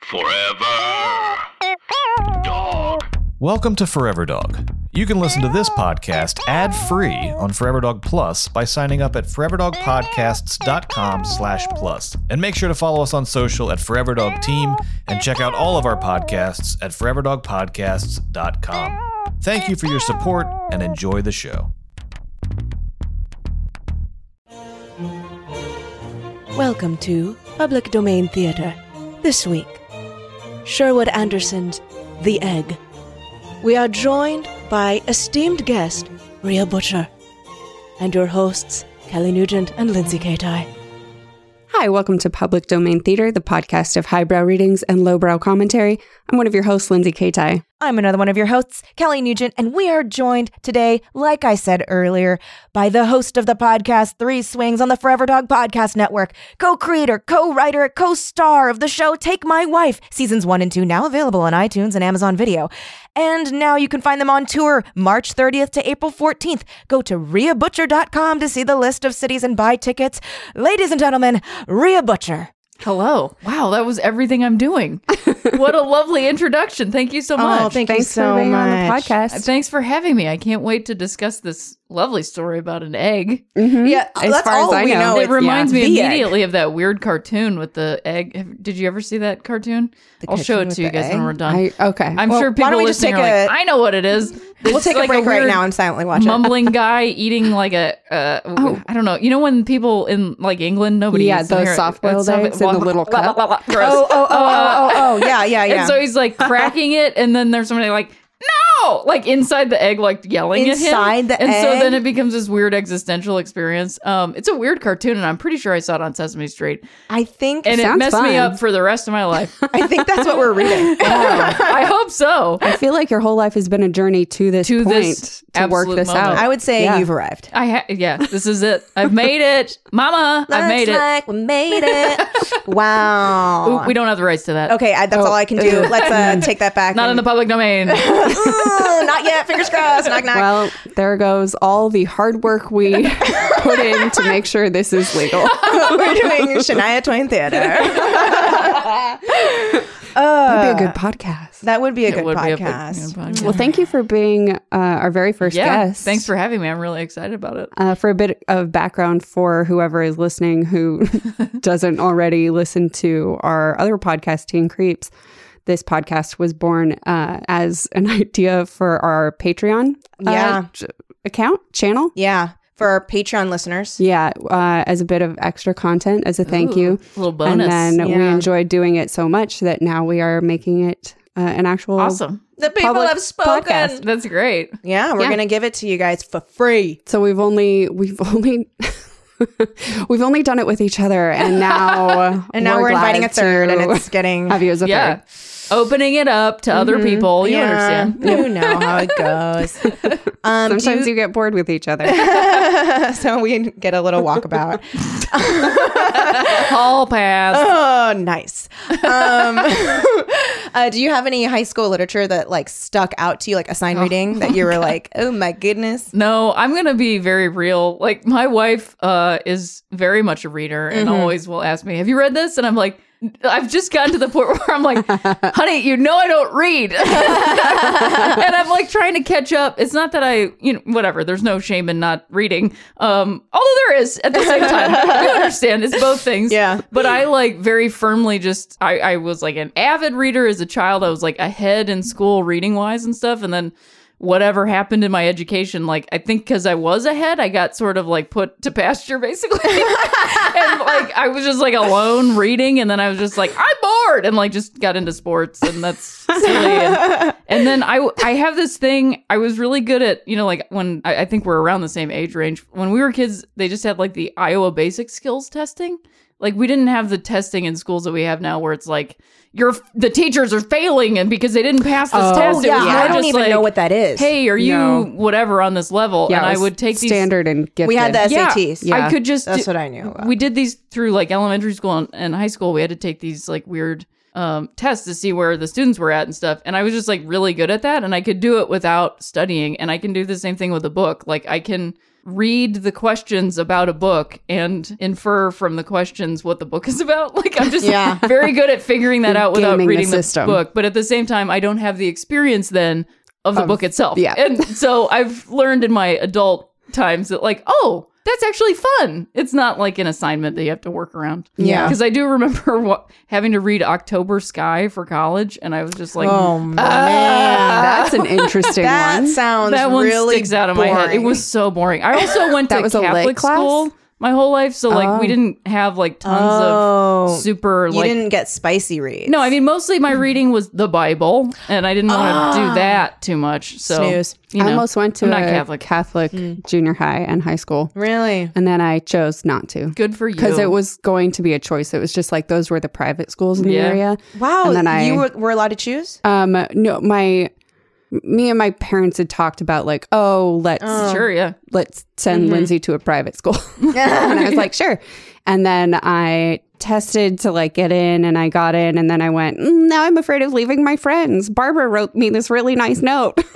Forever. Dog. Welcome to Forever Dog. You can listen to this podcast ad-free on Forever Dog Plus by signing up at foreverdogpodcasts.com slash plus. And make sure to follow us on social at Forever Dog Team and check out all of our podcasts at foreverdogpodcasts.com. Thank you for your support and enjoy the show. Welcome to Public Domain Theatre. This week, Sherwood Anderson's The Egg. We are joined by esteemed guest, Rhea Butcher, and your hosts, Kelly Nugent and Lindsay Katai. Hi, welcome to Public Domain Theater, the podcast of highbrow readings and lowbrow commentary. I'm one of your hosts, Lindsay Katai. I'm another one of your hosts, Kelly Nugent, and we are joined today, like I said earlier, by the host of the podcast, Three Swings on the Forever Dog Podcast Network, co creator, co writer, co star of the show Take My Wife, seasons one and two, now available on iTunes and Amazon Video. And now you can find them on tour March 30th to April 14th. Go to RheaButcher.com to see the list of cities and buy tickets. Ladies and gentlemen, Rhea Butcher. Hello. Wow, that was everything I'm doing. what a lovely introduction. Oh, Thank Oh, you so much. Thanks for being on the Uh, podcast. Thanks for having me. I can't wait to discuss this lovely story about an egg. Yeah, Mm-hmm. As that's far as all I we know. know. it reminds Oh, yeah. me The egg. immediately of that weird cartoon with the egg. Have- Did you ever see that cartoon? I'll show cartoon it with to you the guys when egg? we're done. I, okay. I'm Well, sure why don't people we just listening take are like, a- I know what it is. We'll It's take like a break right weird now and silently watch it. Oh. mumbling guy eating like a uh, I don't know. You know when people in like England nobody Yeah, eats them those here, soft-boiled it's soft- eggs in the little cup. Gross. Uh, Oh, oh, oh, oh, oh, oh, yeah, yeah, yeah. And so he's like cracking it, and then there's somebody like, no, like inside the egg, like yelling at him. Inside the and so egg? then it becomes this weird existential experience. Um, it's a weird cartoon, and I'm pretty sure I saw it on Sesame Street, I think and it Sounds messed fun. me up for the rest of my life. I think that's what we're reading. I hope so. I feel like your whole life has been a journey to this To point this to work absolute this moment. out. I would say Yeah. you've arrived. I ha- yeah, this is it. I've made it, Mama. I've made Looks it. Like we made it. wow. Ooh, we don't have the rights to that. okay, I, that's Oh, all I can do. Let's uh, take that back. Not in the public domain. Ooh, not yet. Fingers crossed. Knock knock. well, there goes all the hard work we put in to make sure this is legal. we're doing Shania Twain theater. Uh, That'd be a good podcast. that would be a It good would be a big- podcast. good podcast. Well, thank you for being uh, our very first yeah, guest. thanks for having me. I'm really excited about it. uh, for a bit of background for whoever is listening who doesn't already listen to our other podcast, Teen Creeps, this podcast was born uh, as an idea for our Patreon uh, Yeah. j- account channel. yeah, for our Patreon listeners. Yeah, uh, as a bit of extra content, as a thank Ooh, you. little bonus. And then we Yeah. enjoyed doing it so much that now we are making it uh, an actual Awesome. The people Public have spoken. podcast. That's great. Yeah, we're Yeah. gonna give it to you guys for free. So we've only we've only we've only done it with each other, and now And now we're, inviting a glad third, to and it's getting. have you as a Yeah. third. Opening it up to other people. You yeah, understand. Oh, You know how it goes. Um, do Sometimes you get bored with each other. so we get a little walkabout. Hall pass. Oh, nice. Um, uh, do you have any high school literature that like stuck out to you, like assigned reading that you were like, oh my goodness? No, I'm gonna be very real. Like my wife uh, is very much a reader and always will ask me, "Have you read this?" And I'm like, "I've just gotten to the point where I'm like, honey, you know I don't read," and I'm like trying to catch up. It's not that I, you know, whatever. There's no shame in not reading. Um, although there is at the same time. you understand? It's both things. Yeah. but I like very firmly just I, I was like an avid reader as a child. I was like ahead in school reading wise and stuff, and then whatever happened in my education, like I think because I was ahead, I got sort of like put to pasture basically, and like I was just like alone reading, and then I was just like I'm bored, and like just got into sports, and that's silly. And, and then I I have this thing I was really good at you know like when I, I think we're around the same age range when we were kids they just had like the Iowa basic skills testing Like we didn't have the testing in schools that we have now, where it's like you're the teachers are failing, and because they didn't pass this Oh, test, it yeah, was more I don't just even like, know what that is. Hey, are you No. whatever on this level? Yeah, and it I was would take these standard and gifted. we had the SATs. Yeah. I could just That's do- what I knew about. We did these through like elementary school and, and high school. We had to take these like weird um, tests to see where the students were at and stuff. And I was just like really good at that, and I could do it without studying. And I can do the same thing with a book. Like I can read the questions about a book and infer from the questions what the book is about. Like I'm just Yeah. very good at figuring that You're out without gaming the reading the, system. book. But at the same time, I don't have the experience then of the book itself. yeah. And so I've learned in my adult times that like, oh, that's actually fun. It's not like an assignment that you have to work around. Yeah. Because I do remember what, having to read October Sky for college, and I was just like, oh man, That's an interesting that one. sounds that one really sticks out of my head. It boring. was so boring. I also went That to was a lit Catholic class? school my whole life, so like we didn't have like tons Oh. of super you like didn't get spicy reads. no, I mean mostly my reading was the Bible, and I didn't want to do that too much. So Snooze. you Ah. I know, almost went to I'm a not Catholic. junior high and high school, really. and then I chose not to Good for you. because it was going to be a choice. It was just like those were the private schools in the Yeah. area. Wow, and then I you were, were allowed to choose. um no my me and my parents had talked about like oh let's sure, yeah. let's send Mm-hmm. Lindsay to a private school. and I was like, sure. And then I tested to like get in and I got in and then I went, mm, now I'm afraid of leaving my friends. Barbara wrote me this really nice note.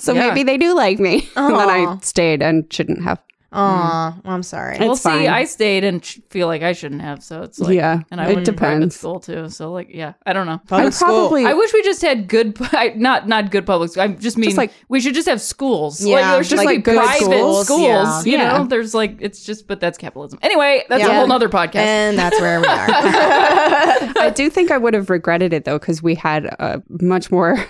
so Yeah. maybe they do like me. And then I stayed and shouldn't have. Aw, Oh, well, I'm sorry. well, It's fine. see, I stayed and sh- feel like I shouldn't have, so it's like, Yeah, and I it went to private depends. school too, so like, yeah, I don't know. I Public school. probably I wish we just had good, pu- I- not not good public. School. I just mean like- like we should just have schools. like Yeah, there's just like like, good private schools. schools. Yeah. You Yeah. know, there's like it's just, but that's capitalism. Anyway, that's Yeah. a whole nother podcast. and that's where we are. I do think I would have regretted it though because we had a much more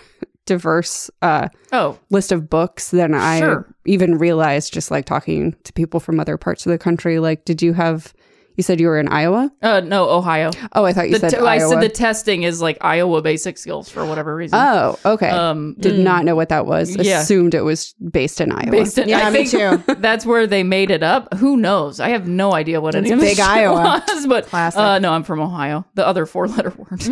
diverse uh oh, list of books than Sure. I even realized just like talking to people from other parts of the country. Like, did you have, you said you were in Iowa? uh, no, Ohio. Oh, I thought you The said t- I Iowa. said the testing is like Iowa basic skills for whatever reason. oh, okay. um, Did not know what that was. Yeah. Assumed it was based in Iowa. based in, Yeah, I me think that's where they made it up. Who knows? I have no idea what any of this big shit Iowa. was, but Classic. uh, no, I'm from Ohio. The other four letter word.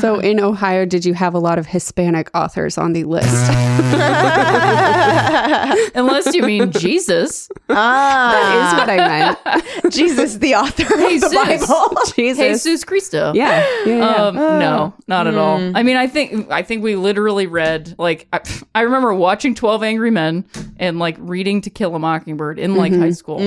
so in Ohio, did you have a lot of Hispanic authors on the list? Unless you mean Jesus. that is what I meant. Jesus, the author of the Jesus. Bible. Jesus. Jesus Christo. Yeah. yeah, yeah. Um, Uh, no, not at all. hmm. I mean, I think I think we literally read like I, I remember watching Twelve Angry Men and like reading To Kill a Mockingbird in like Mm-hmm. high school,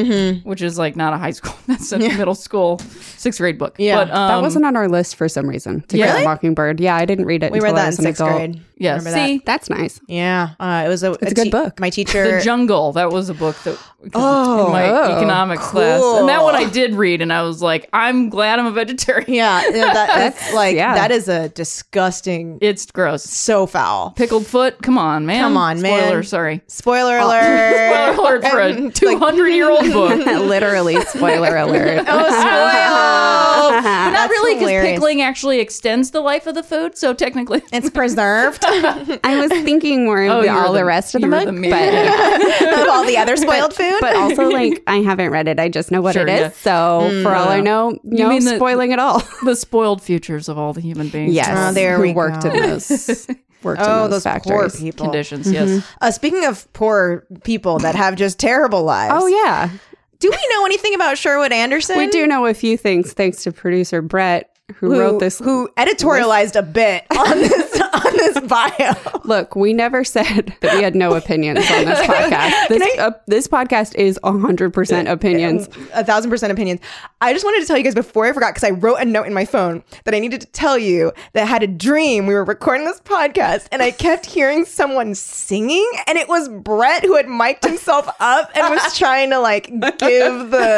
which is like not a high school. That's a middle school sixth grade book. Yeah. but, um, that wasn't on our list for some reason. To Yeah. Kill a Mockingbird. Yeah, I didn't read it. We until read I that in was an sixth adult. grade. Yeah, Remember that? see, That's nice. oh, Yeah, uh, it was a. It's a good book. My teacher. The Jungle. That was a book that Oh, in my oh, economics class, and that cool. one I did read, and I was like, I'm glad I'm a vegetarian. yeah, yeah, that, that's like yeah. that is a disgusting. It's gross. so foul. Pickled foot. Come on, man. Come on, man. Spoiler. Sorry. Oh. Spoiler alert. Spoiler alert for a Like- 200 year old book. Literally, spoiler alert. Oh, spoil! but not That's really, because hilarious. pickling actually extends the life of the food. So technically, It's preserved of I was thinking more of Oh, the, you were all the, the- rest of the you were book, the meat. but, all the other spoiled food. but also like I haven't read it. I just know what Sure, it is. yeah. So Mm. for all Uh, I know, no mean the- spoiling at all. the spoiled futures of all the human beings. Yes, Oh, there who we worked go. in those worked oh, in those, those poor factories. people. Conditions. Yes. Uh, speaking of poor people that have just terrible lives. Oh yeah, Do we know anything about Sherwood Anderson? we do know a few things thanks to producer Brett who, Who, wrote this. who editorialized a bit on this on this bio. Look, we never said that we had no opinions on this podcast. This, uh, this podcast is hundred percent opinions. a thousand percent opinions. I just wanted to tell you guys before I forgot because I wrote a note in my phone that I needed to tell you that I had a dream we were recording this podcast and I kept hearing someone singing and it was Brett who had mic'd himself up and was trying to like give the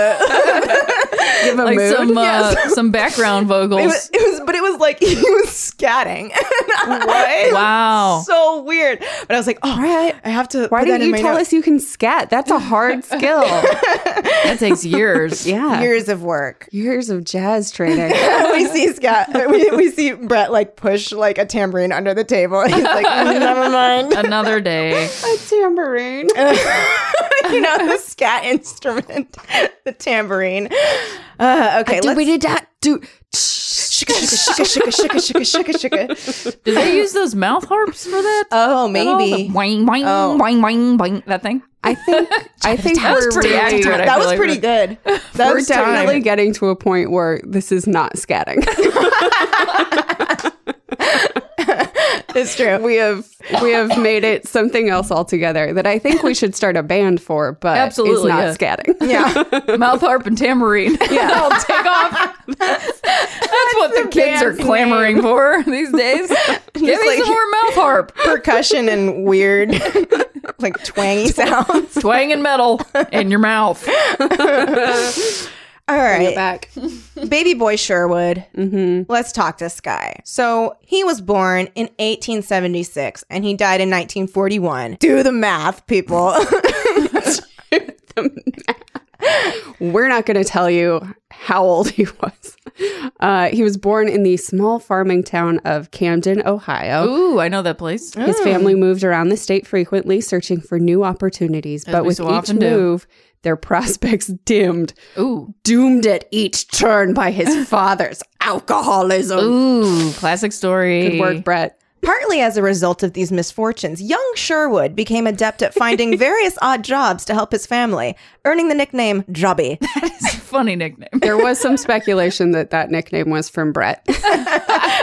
Give a Like mood. some uh, some background vocals. it was, it was but it was like he was scatting. what? Wow. So weird. But I was like, oh, I have to. Why put that didn't in you my tell note- us you can scat? That's a hard skill. That takes years. yeah. Years of work. Years of jazz training. we see Scott. We, we see Brett like push like a tambourine under the table. And he's like, "Mm, never mind. Another day. a tambourine. you know the scat instrument, the tambourine. Uh, okay, let's. did that. Do Shika, shika, shika, shika, shika, shika, shika. Do they use those mouth harps for that? Oh, At all? The maybe. boing, boing, Oh. boing, boing, boing, that thing. I think I think That was we're pretty really- accurate. I That feel was like pretty good. That We're was pretty definitely good. getting to a point where this is not scatting. It's true. we have we have made it something else altogether that I think we should start a band for, but it's Absolutely, not yeah. scatting. Yeah. mouth harp and tambourine. Yeah, I'll take off. That's, what the, kids are band's clamoring for these days. Give me like- some more mouth harp, Percussion and weird, like twangy sounds. twang and metal in your mouth. All right. Back. Mm-hmm. Baby boy Sherwood. Let's talk this guy. So he was born in 1876 and he died in 1941. Do the math, people. We're not going to tell you how old he was. Uh, he was born in the small farming town of Camden, Ohio. Ooh, I know that place. His family moved around the state frequently, searching for new opportunities. but we with so each often do. move, their prospects dimmed, Ooh, doomed at each turn by his father's alcoholism. ooh, classic story. Good work, Brett. Partly as a result of these misfortunes, young Sherwood became adept at finding various odd jobs to help his family, earning the nickname Jobby. Funny nickname. There was some speculation that that nickname was from Brett.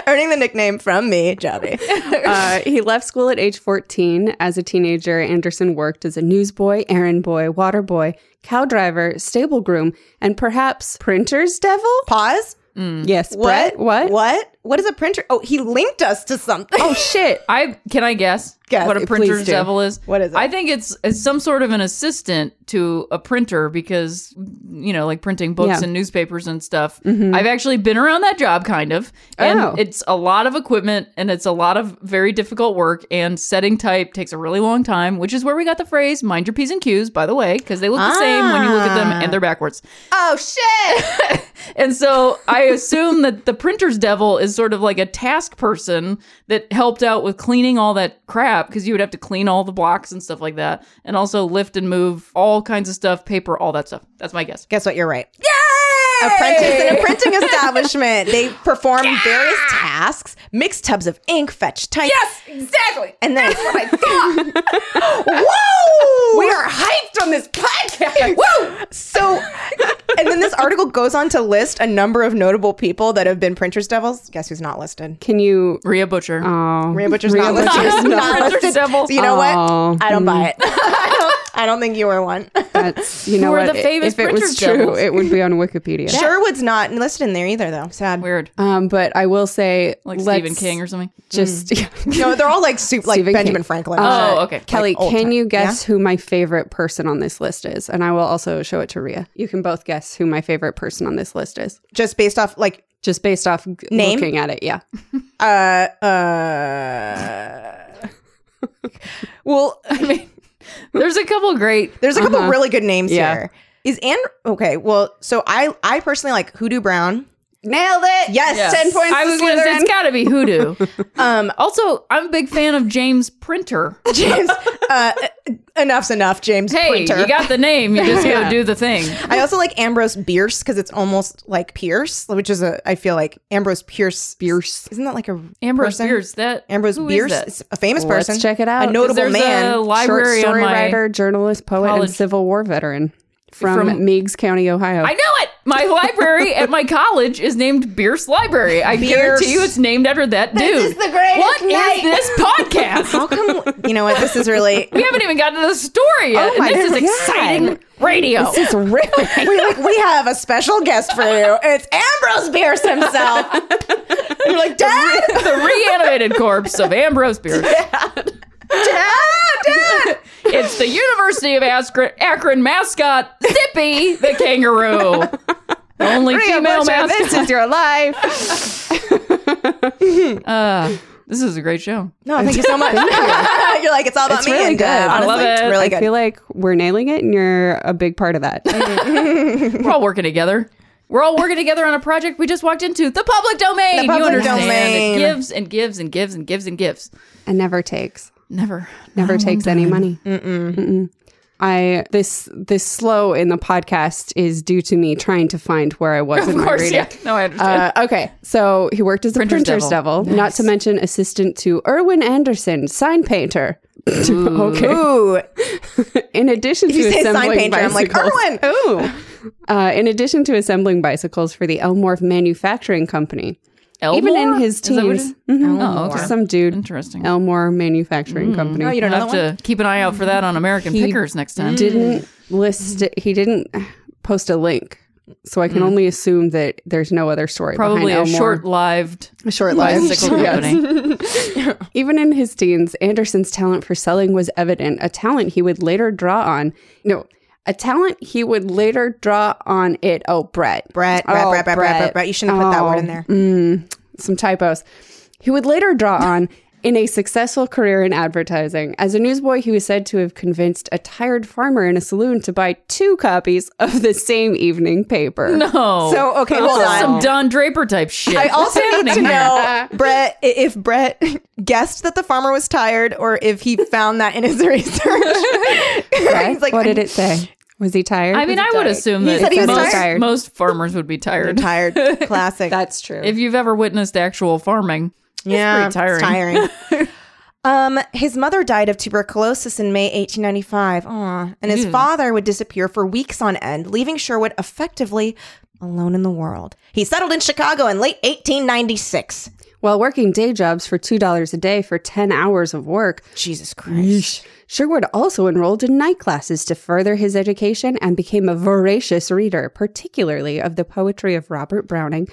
earning the nickname from me, Jobby. Uh, he left school at age 14. As a teenager, Anderson worked as a newsboy, errand boy, water boy, cow driver, stable groom, and perhaps printer's devil? Pause. Hmm. Yes, Brett. What? What? What is a printer? Oh, he linked us to something. Oh, shit. I can I guess, Guess, what a please printer's do. devil is? What is it? I think it's, it's some sort of an assistant to a printer because you know, like printing books Yeah. and newspapers and stuff. Mm-hmm. I've actually been around that job kind of, and Oh. it's a lot of equipment and it's a lot of very difficult work. And setting type takes a really long time, which is where we got the phrase "mind your p's and q's." By the way, because they look the same when you look at them and they're backwards. Oh, shit. And so I assume that the printer's devil is sort of like a task person that helped out with cleaning all that crap because you would have to clean all the blocks and stuff like that, and also lift and move all kinds of stuff, paper, all that stuff. That's my guess. Guess what? You're right. Yay! Apprentice in a printing establishment. They perform various tasks, mix tubs of ink, fetch type. Yes, exactly. And then Whoa! We are hyped on this podcast. Whoa! So, and then this article goes on to list a number of notable people that have been printers devils. Guess who's not listed? Can you. Rhea Butcher. Oh. Maria Butcher's not listed. Butcher's Not not listed. listed. So you know Oh. what? I don't buy it. I don't, I don't think you were one. That's, uh, you know Who are what? the famous if it was printer's true, devils? it would be on Wikipedia. Sherwood's not listed in there either, though. Sad. Weird. Um, but I will say, Like let's Stephen King or something. just No, they're all like soup, like Stephen Benjamin King. Franklin. Oh, okay. Kelly, old can time. you guess who my favorite person on this list is? And I will also show it to Ria. You can both guess who my favorite person on this list is, Just based off like just based off g- Name? looking at it. Yeah, uh uh Well, I mean, uh-huh. there's a couple great. there's a couple really good names Yeah. here. Is and okay, well, so I I personally like Hoodoo Brown. nailed it. Yes, Yeah. ten points. I was to going to say Slytherin. it's got to be hoodoo. um also, I'm a big fan of James Printer. James uh enough's enough, James Hey, Pointer. you got the name. You just got to do the thing. I also like Ambrose Bierce because it's almost like Pierce, which is a I feel like Ambrose Pierce Bierce. Isn't that like a Ambrose person? Bierce. That Ambrose who is Bierce that? is a famous Let's person. check it out. A 'Cause notable there's man. a Short library story on my writer, journalist, poet, college- and Civil War veteran from, From- Meigs County, Ohio. I know it. My library at my college is named Bierce Library. I guarantee you, it's named after that dude. This is the greatest What is this podcast? How come you know what this is really we haven't even gotten to the story yet. Oh my and this God. is exciting radio. This is really we like we have a special guest for you. It's Ambrose Bierce himself. And you're like, Dad, the reanimated corpse of Ambrose Bierce. Dad, Ah, Dad. It's the University of Akron, Akron mascot, Zippy the kangaroo. The only female Butcher, mascot. this is your life. Uh, this is a great show. No, thank you so much. You're like, it's all about It's me. really and, uh, good. I love honestly, It's it. really I good. feel like we're nailing it, and you're a big part of that. We're all working together. We're all working together on a project we just walked into the public domain. public you understand? domain. It gives and gives and gives and gives and gives. and never takes. Never, never takes any money. Mm-mm. I this this slow in the podcast is due to me trying to find where I was in Of my course, reading. yeah. No, I understand. Uh, okay, so he worked as a Printer's printer's, devil, devil. not to mention assistant to Erwin Anderson, sign painter. okay. Ooh, In addition if to you say sign assembling painter, I'm like, bicycles, Erwin. Ooh, uh, in addition to assembling bicycles for the Elmore Manufacturing Company, even Elmore? in his Is that what it teens, is? Mhm. Oh, okay. Just some dude, Interesting. Elmore Manufacturing Company. you I'll don't know have that one. to keep an eye out for that on American Pickers next time. Mm. didn't list it- he didn't post a link so i can Mm. only assume that there's no other story Probably a behind Elmore. short-lived a short bicycle company. even in his teens anderson's talent for selling was evident a talent he would later draw on no a talent he would later draw on it oh brett Brett, Brett, Oh, mm, Brett, Brett, Brett, Brett, Brett. You shouldn't have put that word in there. some typos. He would later draw on in a successful career in advertising. As a newsboy, he was said to have convinced a tired farmer in a saloon to buy two copies of the same evening paper. Oh, So okay, hold this is on. some Don Draper type shit. I also need to know Brett i- if Brett guessed that the farmer was tired or if he found that in his research. He's like, what did "I'm it say? Was he tired? I mean, I would assume He that said he was most, tired. most farmers would be tired. tired. Classic. that's true. If you've ever witnessed actual farming, yeah, it's pretty tiring. It's tiring. um, his mother died of tuberculosis in May 1895. Aw. And Hmm. his father would disappear for weeks on end, leaving Sherwood effectively alone in the world. He settled in Chicago in late 1896. While working day jobs for $2 a day for 10 hours of work, Jesus Christ. Sherwood also enrolled in night classes to further his education and became a voracious reader, particularly of the poetry of Robert Browning,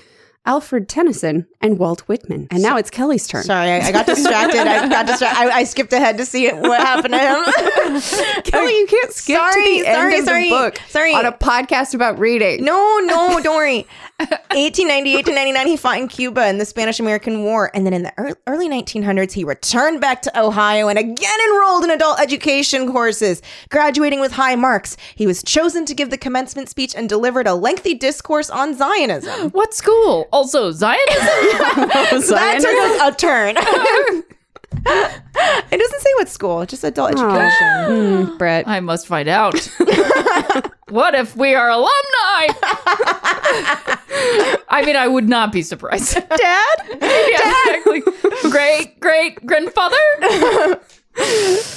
Alfred Tennyson, and Walt Whitman. And now it's Kelly's turn. Sorry, I, I got distracted. I got distracted. I, I skipped ahead to see what happened to him. Kelly, you can't skip Sorry, to the end sorry, of the sorry, book sorry. on a podcast about reading. No, no, don't worry. 1898 to 99, he fought in Cuba in the Spanish American War. And then in the ear- early 1900s, he returned back to Ohio and again enrolled in adult education courses, graduating with high marks. He was chosen to give the commencement speech and delivered a lengthy discourse on Zionism. What school? Also, Zionism? That took us a turn. it doesn't say what school, just adult education. Mm, Brett. I must find out. what if we are alumni? I mean, I would not be surprised. Dad? exactly. Great, great grandfather?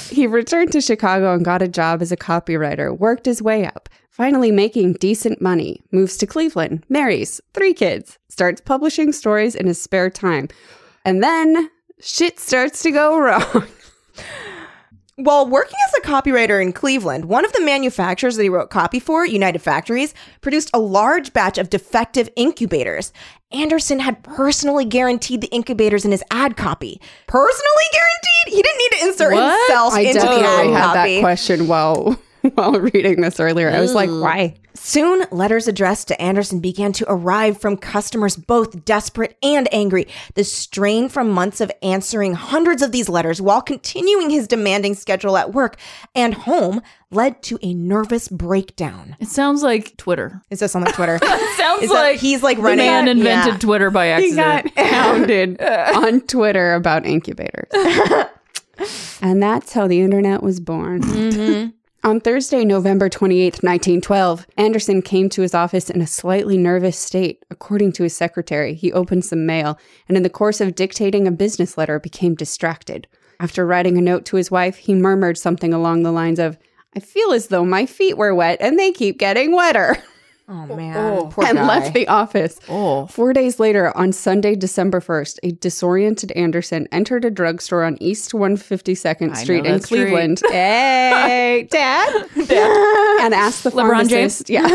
He returned to Chicago and got a job as a copywriter, worked his way up, finally making decent money, moves to Cleveland, marries, three kids, starts publishing stories in his spare time. And then shit starts to go wrong. While working as a copywriter in Cleveland, one of the manufacturers that he wrote copy for, United Factories, produced a large batch of defective incubators. Anderson had personally guaranteed the incubators in his ad copy. Personally guaranteed? He didn't need to insert What? himself I into the definitely ad had that copy. question while while reading this earlier. I was like, Mm. why? Soon, letters addressed to Anderson began to arrive from customers both desperate and angry. The strain from months of answering hundreds of these letters while continuing his demanding schedule at work and home led to a nervous breakdown. It sounds like Twitter. Is this on the Twitter? Sounds Is that- like he's like the running- man Yeah. invented Yeah. Twitter by accident. hounded on Twitter about incubators. and that's how the internet was born. On Thursday, November 28th, 1912, Anderson came to his office in a slightly nervous state. According to his secretary, he opened some mail and, in the course of dictating a business letter, became distracted. After writing a note to his wife, he murmured something along the lines of, I feel as though my feet were wet and they keep getting wetter oh man, poor and guy. Oh. left the office. Four days later, on Sunday, December 1st, a disoriented Anderson entered a drugstore on East 152nd Street in that street. Cleveland. hey, Dad? and asked the LeBron pharmacist, yeah, and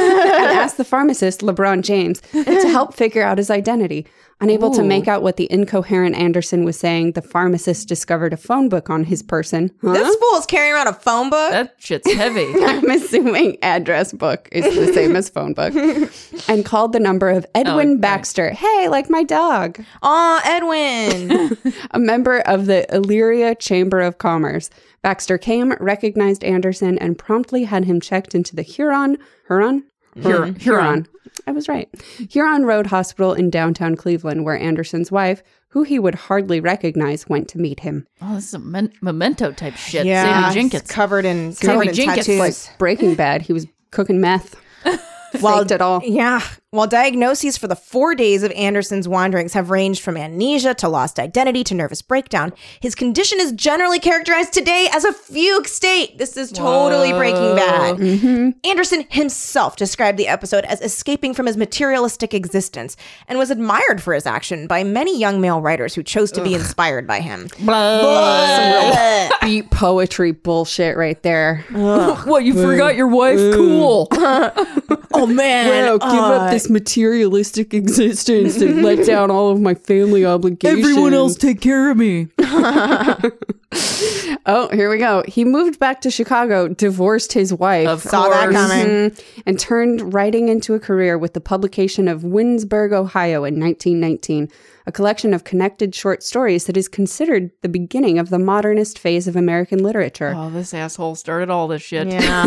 asked the pharmacist, LeBron James, to help figure out his identity. Unable to make out what the incoherent Anderson was saying, the pharmacist discovered a phone book on his person. Huh? This fool is carrying around a phone book. That shit's heavy. I'm assuming address book is the same as phone book, and called the number of Edwin Baxter. Hey, like my dog, Aw, Edwin. a member of the Illyria Chamber of Commerce. Baxter came, recognized Anderson, and promptly had him checked into the Huron, Huron, Hur- Huron. I was right. Huron Road Hospital in downtown Cleveland, where Anderson's wife, who he would hardly recognize, went to meet him. Oh, this is a men- memento type shit. yeah, Sammy Jenkins. covered in Sammy covered in Jenkins, Like tattoos. Breaking Bad, he was cooking meth. Faked it all. Yeah. While diagnoses for the four days of Anderson's wanderings have ranged from amnesia to lost identity to nervous breakdown, his condition is generally characterized today as a fugue state. This is totally breaking bad. Mm-hmm. Anderson himself described the episode as escaping from his materialistic existence and was admired for his action by many young male writers who chose to be inspired by him. beat poetry bullshit right there. What, you forgot your wife? Cool. oh, man. Wow, give up uh, this materialistic existence and let down all of my family obligations. take care of me. Oh, here we go. He moved back to Chicago, divorced his wife, Of Saw that course. coming. Mhm, and turned writing into a career with the publication of Winsburg, Ohio in 1919, a collection of connected short stories that is considered the beginning of the modernist phase of American literature. Oh, this asshole started all this shit. Yeah.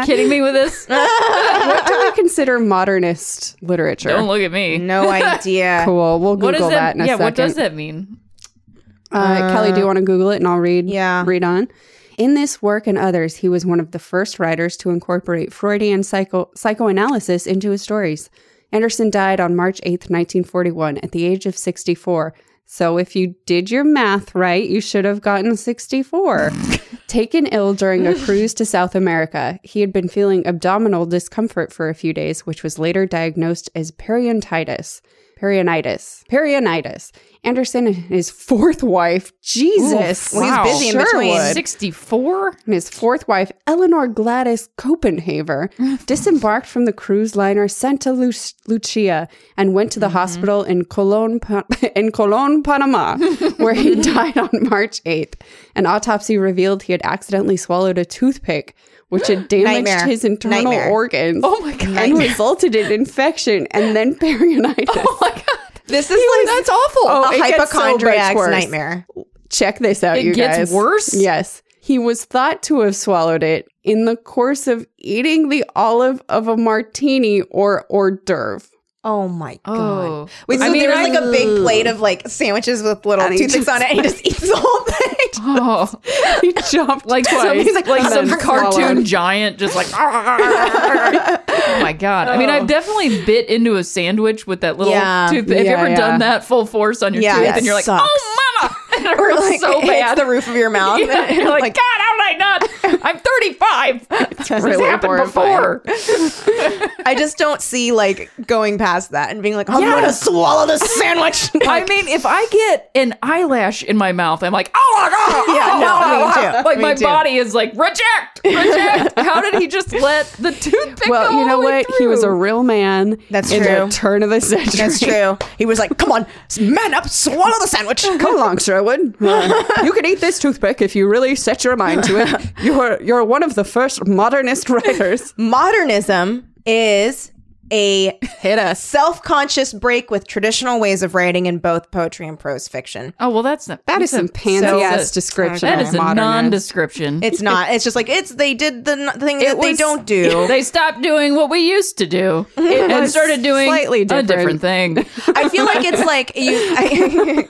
You kidding me with this? What do we consider modernist literature? Don't look at me. No idea. Cool. We'll What is Google that, that? in a yeah, second. what does that mean? Uh, Kelly, do you want to Google it and I'll read? Yeah. read on. In this work and others, he was one of the first writers to incorporate Freudian psycho- psychoanalysis into his stories. Anderson died on March eighth, 1941, at the age of 64. So, if you did your math right, you should have gotten 64. Taken ill during a cruise to South America, he had been feeling abdominal discomfort for a few days, which was later diagnosed as perionitis. Perionitis. Perionitis. Anderson and his fourth wife, Jesus. Well, he was Wow. busy in between. Sherwood. 64? and his fourth wife, Eleanor Gladys Copenhaver, disembarked from the cruise liner Santa Lu- Lucia and went to the hospital in Colon, Pa- in Colon, Panama, where he died on March 8th. An autopsy revealed he had accidentally swallowed a toothpick, which had damaged Nightmare. his internal Nightmare. organs. Oh my god! And resulted in infection and then perionitis. Oh my god! This is like that's awful. a it gets so much hypochondriac's worse. nightmare. Check this out, It you gets guys. worse? Yes. He was thought to have swallowed it in the course of eating the olive of a martini or hors d'oeuvre. Oh my god! Oh. Wait, so I mean, there's I- like a big plate of like sandwiches with little And he toothpicks on it, and he just eats the whole thing. Oh, He jumped like twice. some, He's like, some and then cartoon swallowed. giant just like. oh my god! I mean, I've definitely bit into a sandwich with that little Yeah. tooth. Have you Yeah, ever yeah. done that full force on your Yeah, tooth, that and you're like, sucks. "Oh, mama!" And it Or hurts like so it bad. hits the roof of your mouth. Yeah, and you're like, like- God, how did I not? I'm 35. It's really happened horrifying. before. I just don't see like going past that and being like, I'm gonna swallow this sandwich. I mean, if I get an eyelash in my mouth, I'm like, oh, oh, oh Yeah, no, me too. Like Me my too. body is like, reject, reject. How did he just let the toothpick? Well, go you know all the way what? He was a through? real man. That's in true. The turn of the century. That's true. He was like, Come on, man up, swallow the sandwich. Come along, Sherwood. Uh, you can eat this toothpick if you really set your mind to it. You're you're one of the first modernist writers. Modernism is a hit a self-conscious break with traditional ways of writing in both poetry and prose fiction. Oh well, that's not. That is some pansy ass description. That of is a modernist. non-description. It's not. It's just like it's they did the n- thing that they was- don't do. they stopped doing what we used to do and was started doing slightly a different thing. I feel like it's like you. I,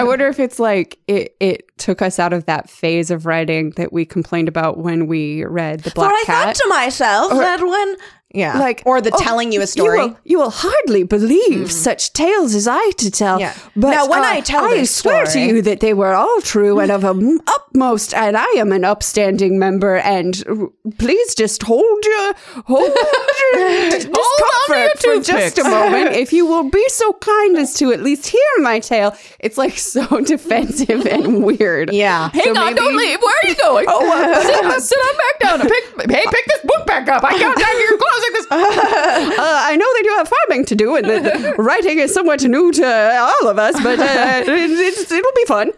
I wonder if it's like it, it took us out of that phase of writing that we complained about when we read The Black but I thought Cat. to myself that when yeah, Like, or the "Oh, telling you a story. Mm. You will, you will hardly believe such tales as I to tell. Yeah. But Now, when uh, I tell I this swear story- to you that they were all true and of a upmost. And I am an upstanding member. And r- please just hold your hold your discomfort Hold on to your for just a toothpicks. moment, if you will be so kind as to at least hear my tale. It's like so defensive and weird. yeah, Hang on, don't leave. Where are you going? Oh, sit, sit on back down. Pick, hey, pick this book back up. I got time for your was like this. Uh, I know they do have farming to do, and the, the writing is somewhat new to all of us, but uh, it, it's it'll be fun.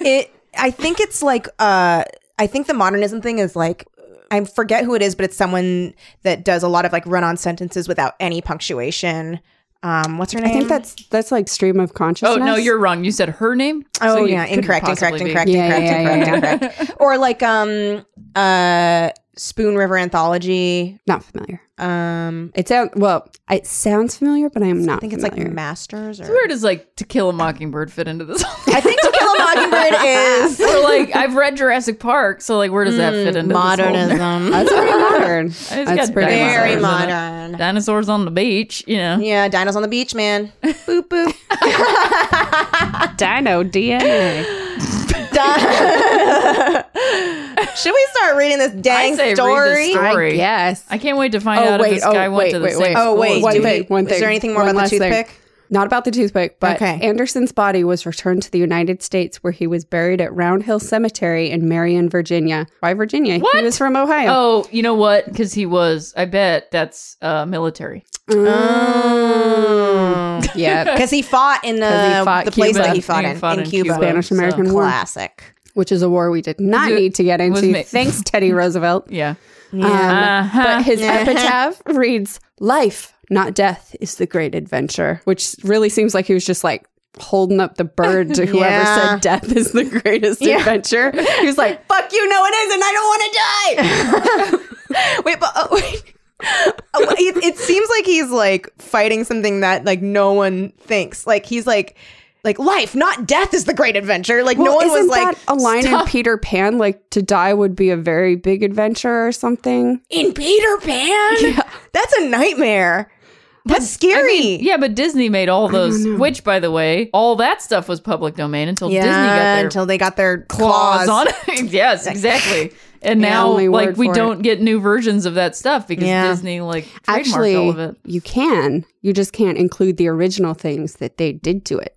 it i think it's like uh i think the modernism thing is like i forget who it is but it's someone that does a lot of like run-on sentences without any punctuation um what's her name I think that's that's like stream of consciousness. Oh no, you're wrong. You said her name. Oh so you yeah, couldn't incorrect, incorrect, possibly be. incorrect, Yeah, incorrect, yeah, incorrect, yeah, incorrect, Or like um uh Spoon River Anthology. not familiar. Um It sounds well. It sounds familiar, but I am not. I think it's like Masters or Where does like To Kill a Mockingbird fit into this? I think To Kill a Mockingbird is or like I've read Jurassic Park, so like where does that fit into This whole- That's pretty modern. That's got pretty modern. dinosaurs Very in it. modern. Dinosaurs on the beach, you know. Yeah, Dinos on the Beach, man. Boop boop. Dino DNA. Should we start reading this dang I say read story? this story. Yes. I can't wait to find Oh, out wait, if this oh, guy went wait, to the wait, same wait. school. Oh wait, One do we- thing, one Is thing, there anything more one about last the thing. toothpick? Not about the toothpick, but Okay. Anderson's body was returned to the United States where he was buried at Round Hill Cemetery in Marion, Virginia. Why Virginia? He What? was from Ohio. Oh, you know what? Because he was. I bet that's uh, military. Mm. yeah. Because Mm. he fought in he the, fought the place Cuba. that he fought He in, fought in in Cuba. Cuba. Spanish-American War. Classic. Which is a war we did not Was it- need to get was into. ma- Thanks, Teddy Roosevelt. Yeah. Um, Uh-huh. But his epitaph reads, Life, not death, is the great adventure, which really seems like he was just like holding up the bird to whoever Yeah. said death is the greatest adventure. He was like, Fuck you, no it isn't. I don't want to die. wait, but oh, wait. Oh, it, it seems like he's like fighting something that like no one thinks. Like he's like, like life, not death, is the great adventure. Like no Well, one was isn't like that a line in Peter Pan, like to die would be a very big adventure or something. in Peter Pan. That's a nightmare. That's scary. Yeah, but Disney made all those. Which, by the way, all that stuff was public domain until Disney got Yeah, their until they got their claws on claws, it. yes, exactly. And now, only word like, we for it. don't get new versions of that stuff because Yeah. Disney like trademarked Actually, all of it. you can. You just can't include the original things that they did to it.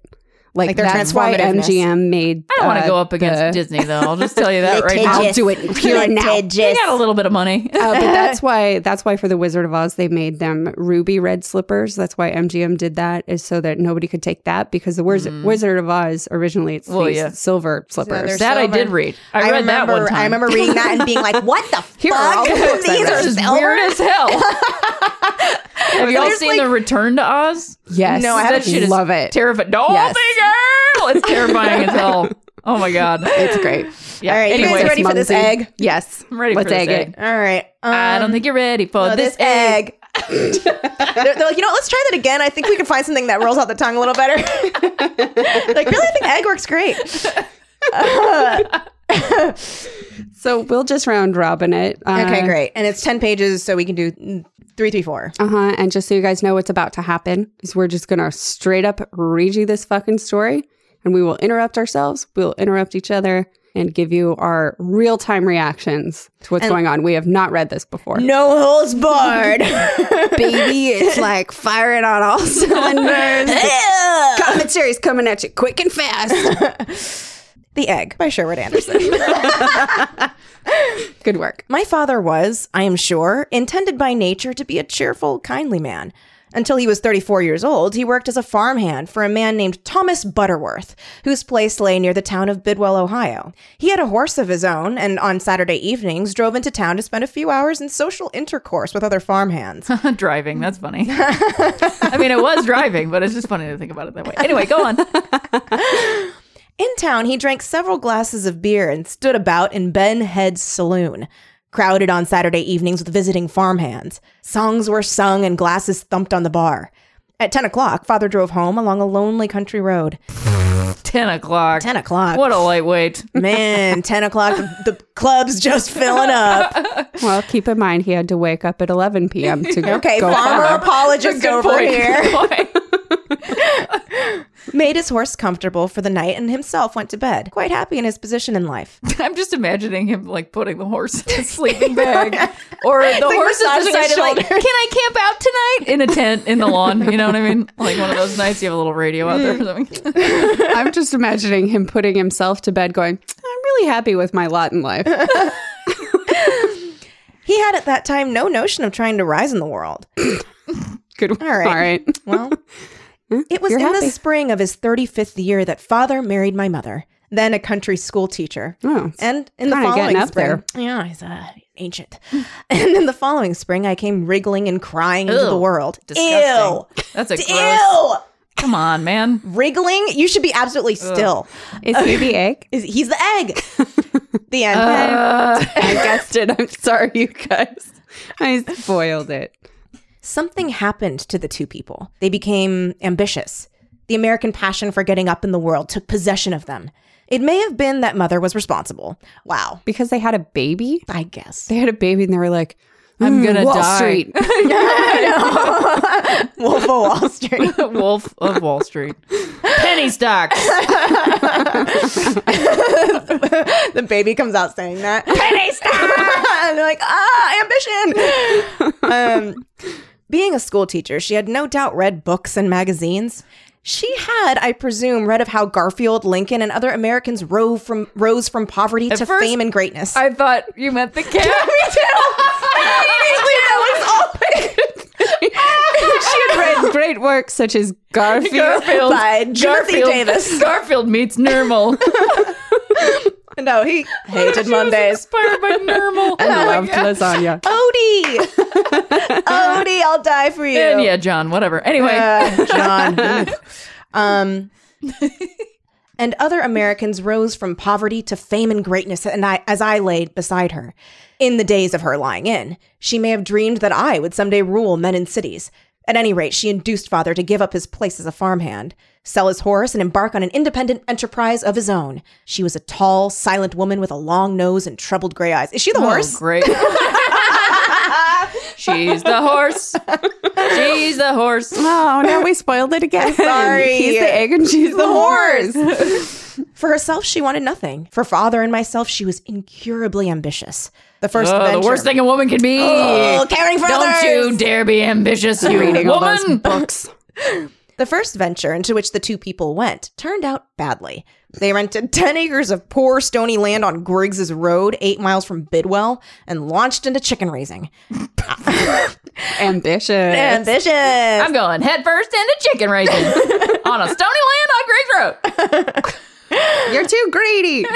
Like, Like their that's why transformativeness. MGM made. I don't want uh, to go up against the- Disney though. I'll just tell you that right now. I'll do it here and now. They got a little bit of money. Uh, but that's why that's why for the Wizard of Oz they made them ruby red slippers. That's why MGM did that is so that nobody could take that because the Wiz- Wizard of Oz originally it's Mm. Well, these yeah. silver slippers. they're that I silver. did read. I, read remember, that one time. I remember reading that and being like, "What the Here are all fuck? the books I These read. are This It's silver." weird as hell. Have y'all There's, seen like- the Return to Oz? yes, No, I That haven't shit is love it. Terrifying. Don't Yes. be girl. It's terrifying as hell. Oh my god. it's great. Yeah. All right, you guys anyway, ready for this Mumsy. egg? Yes, I'm ready Let's for this egg it. egg. All right. Um, I don't think you're ready for oh, this, egg. they're, they're like, you know, what, let's try that again. I think we can find something that rolls out the tongue a little better. like, really, I think egg works great. Uh, So we'll just round robin it. Uh, Okay, great. And it's ten pages, so we can do mm, three, three, four. Uh huh. And just so you guys know what's about to happen is we're just gonna straight up read you this fucking story, and we will interrupt ourselves. We'll interrupt each other. And give you our real time reactions to what's going on. We have not read this before. No holds barred. baby. It's like firing on all cylinders. Commentary's coming at you quick and fast. the egg by Sherwood Anderson. Good work. My father was, I am sure, intended by nature to be a cheerful, kindly man. Until he was 34 years old, he worked as a farmhand for a man named Thomas Butterworth, whose place lay near the town of Bidwell, Ohio. He had a horse of his own and on Saturday evenings drove into town to spend a few hours in social intercourse with other farmhands. driving. That's funny. I mean, it was driving, but it's just funny to think about it that way. Anyway, go on. In town, he drank several glasses of beer and stood about in Ben Head's saloon, crowded on Saturday evenings with visiting farmhands. Songs were sung and glasses thumped on the bar. At 10 o'clock, father drove home along a lonely country road. 10 o'clock. 10 o'clock. What a lightweight. Man, 10 o'clock, the, the club's just filling up. Well, keep in mind he had to wake up at 11 p.m. to go. Okay, go farmer farm. apologist over here. Why? Made his horse comfortable for the night and himself went to bed, quite happy in his position in life. I'm just imagining him like putting the horse in a sleeping bag, or the horse has massaging his decided like, shoulder. "Can I camp out tonight in a tent in the lawn?" You know what I mean? Like one of those nights you have a little radio out there or something. I'm just imagining him putting himself to bed going, I'm really happy with my lot in life. He had at that time no notion of trying to rise in the world. Good. All right. right. All right. Well, it was You're in happy. the spring of his 35th year that father married my mother, then a country school teacher. Oh, it's and in the kinda following getting up spring, yeah, he's uh, ancient. and in the following spring, I came wriggling and crying into Ew. the world. Disgusting. That's a Ew, gross. ew! Come on, man. Wriggling, you should be absolutely still. Is he the egg? Is He's the egg. the end. Uh, I guessed it. I'm sorry, you guys. I spoiled it. Something happened to the two people. They became ambitious. The American passion for getting up in the world took possession of them. It may have been that mother was responsible. Wow. Because they had a baby. I guess. They had a baby and they were like, I'm "Mm, gonna Wall die." Street. Wolf of Wall Street. Wolf of Wall Street. Penny stocks. the baby comes out saying that. Penny Star! and they're like, ah, ambition. um, being a school teacher, she had no doubt read books and magazines. She had, I presume, read of how Garfield, Lincoln, and other Americans rose from rose from poverty to first, fame and greatness. I thought you meant the cat. Me too. I immediately that was she had read great works such as Garfield. Garfield. By Jimothy Garfield. Davis. Garfield meets Nermal. open. No, he hated Mondays. Inspired by Nermal. Oh loved lasagna. Odie, Odie, I'll die for you. And yeah, John, whatever. Anyway, Uh, John. um, and other Americans rose from poverty to fame and greatness, and I, as I laid beside her, in the days of her lying in, she may have dreamed that I would someday rule men in cities. At any rate, she induced father to give up his place as a farmhand, sell his horse, and embark on an independent enterprise of his own. She was a tall, silent woman with a long nose and troubled gray eyes. Is she the oh, horse? great. She's the horse. She's the horse. Oh, now we spoiled it again. Sorry. He's the egg and she's the, horse. For herself, she wanted nothing. For father and myself, she was incurably ambitious. The first Oh, venture, the worst thing a woman can be. Oh, caring for Don't others. you dare be ambitious, you Reading all those woman. books. The first venture into which the two people went turned out badly. They rented 10 acres of poor stony land on Griggs's Road, eight miles from Bidwell, and launched into chicken raising. Ambitious. Ambitious. I'm going headfirst into chicken raising on a stony land on Griggs Road. You're too greedy.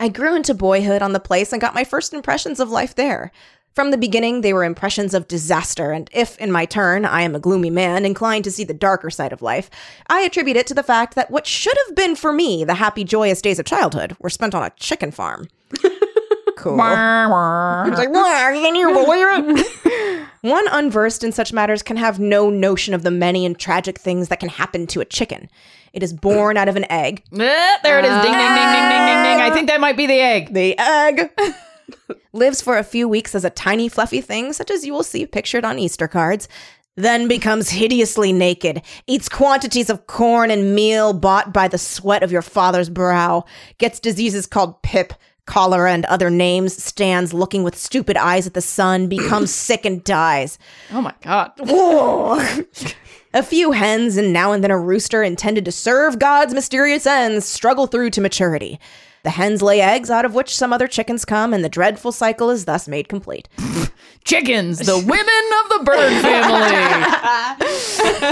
I grew into boyhood on the place and got my first impressions of life there. From the beginning, they were impressions of disaster, and if, in my turn, I am a gloomy man inclined to see the darker side of life, I attribute it to the fact that what should have been for me the happy, joyous days of childhood were spent on a chicken farm. cool. It's like, "Wah, are you in here, boy?" One unversed in such matters can have no notion of the many and tragic things that can happen to a chicken. It is born out of an egg, Eh, there it is. Ding, ding, ding, ding, ding, ding, ding. I think that might be the egg. the egg lives for a few weeks as a tiny fluffy thing such as you will see pictured on easter cards then becomes hideously naked eats quantities of corn and meal bought by the sweat of your father's brow gets diseases called pip cholera and other names stands looking with stupid eyes at the sun becomes sick and dies Oh my god. a few hens and now and then a rooster intended to serve God's mysterious ends struggle through to maturity. The hens lay eggs out of which some other chickens come, and the dreadful cycle is thus made complete. Chickens, the women of the bird family.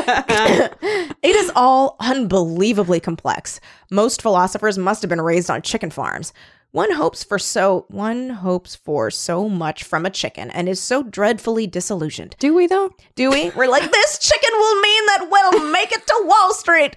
It is all unbelievably complex. Most philosophers must have been raised on chicken farms. One hopes for so one hopes for so much from a chicken and is so dreadfully disillusioned. Do we though? do we? We're like, this chicken will mean that we'll make it to Wall Street.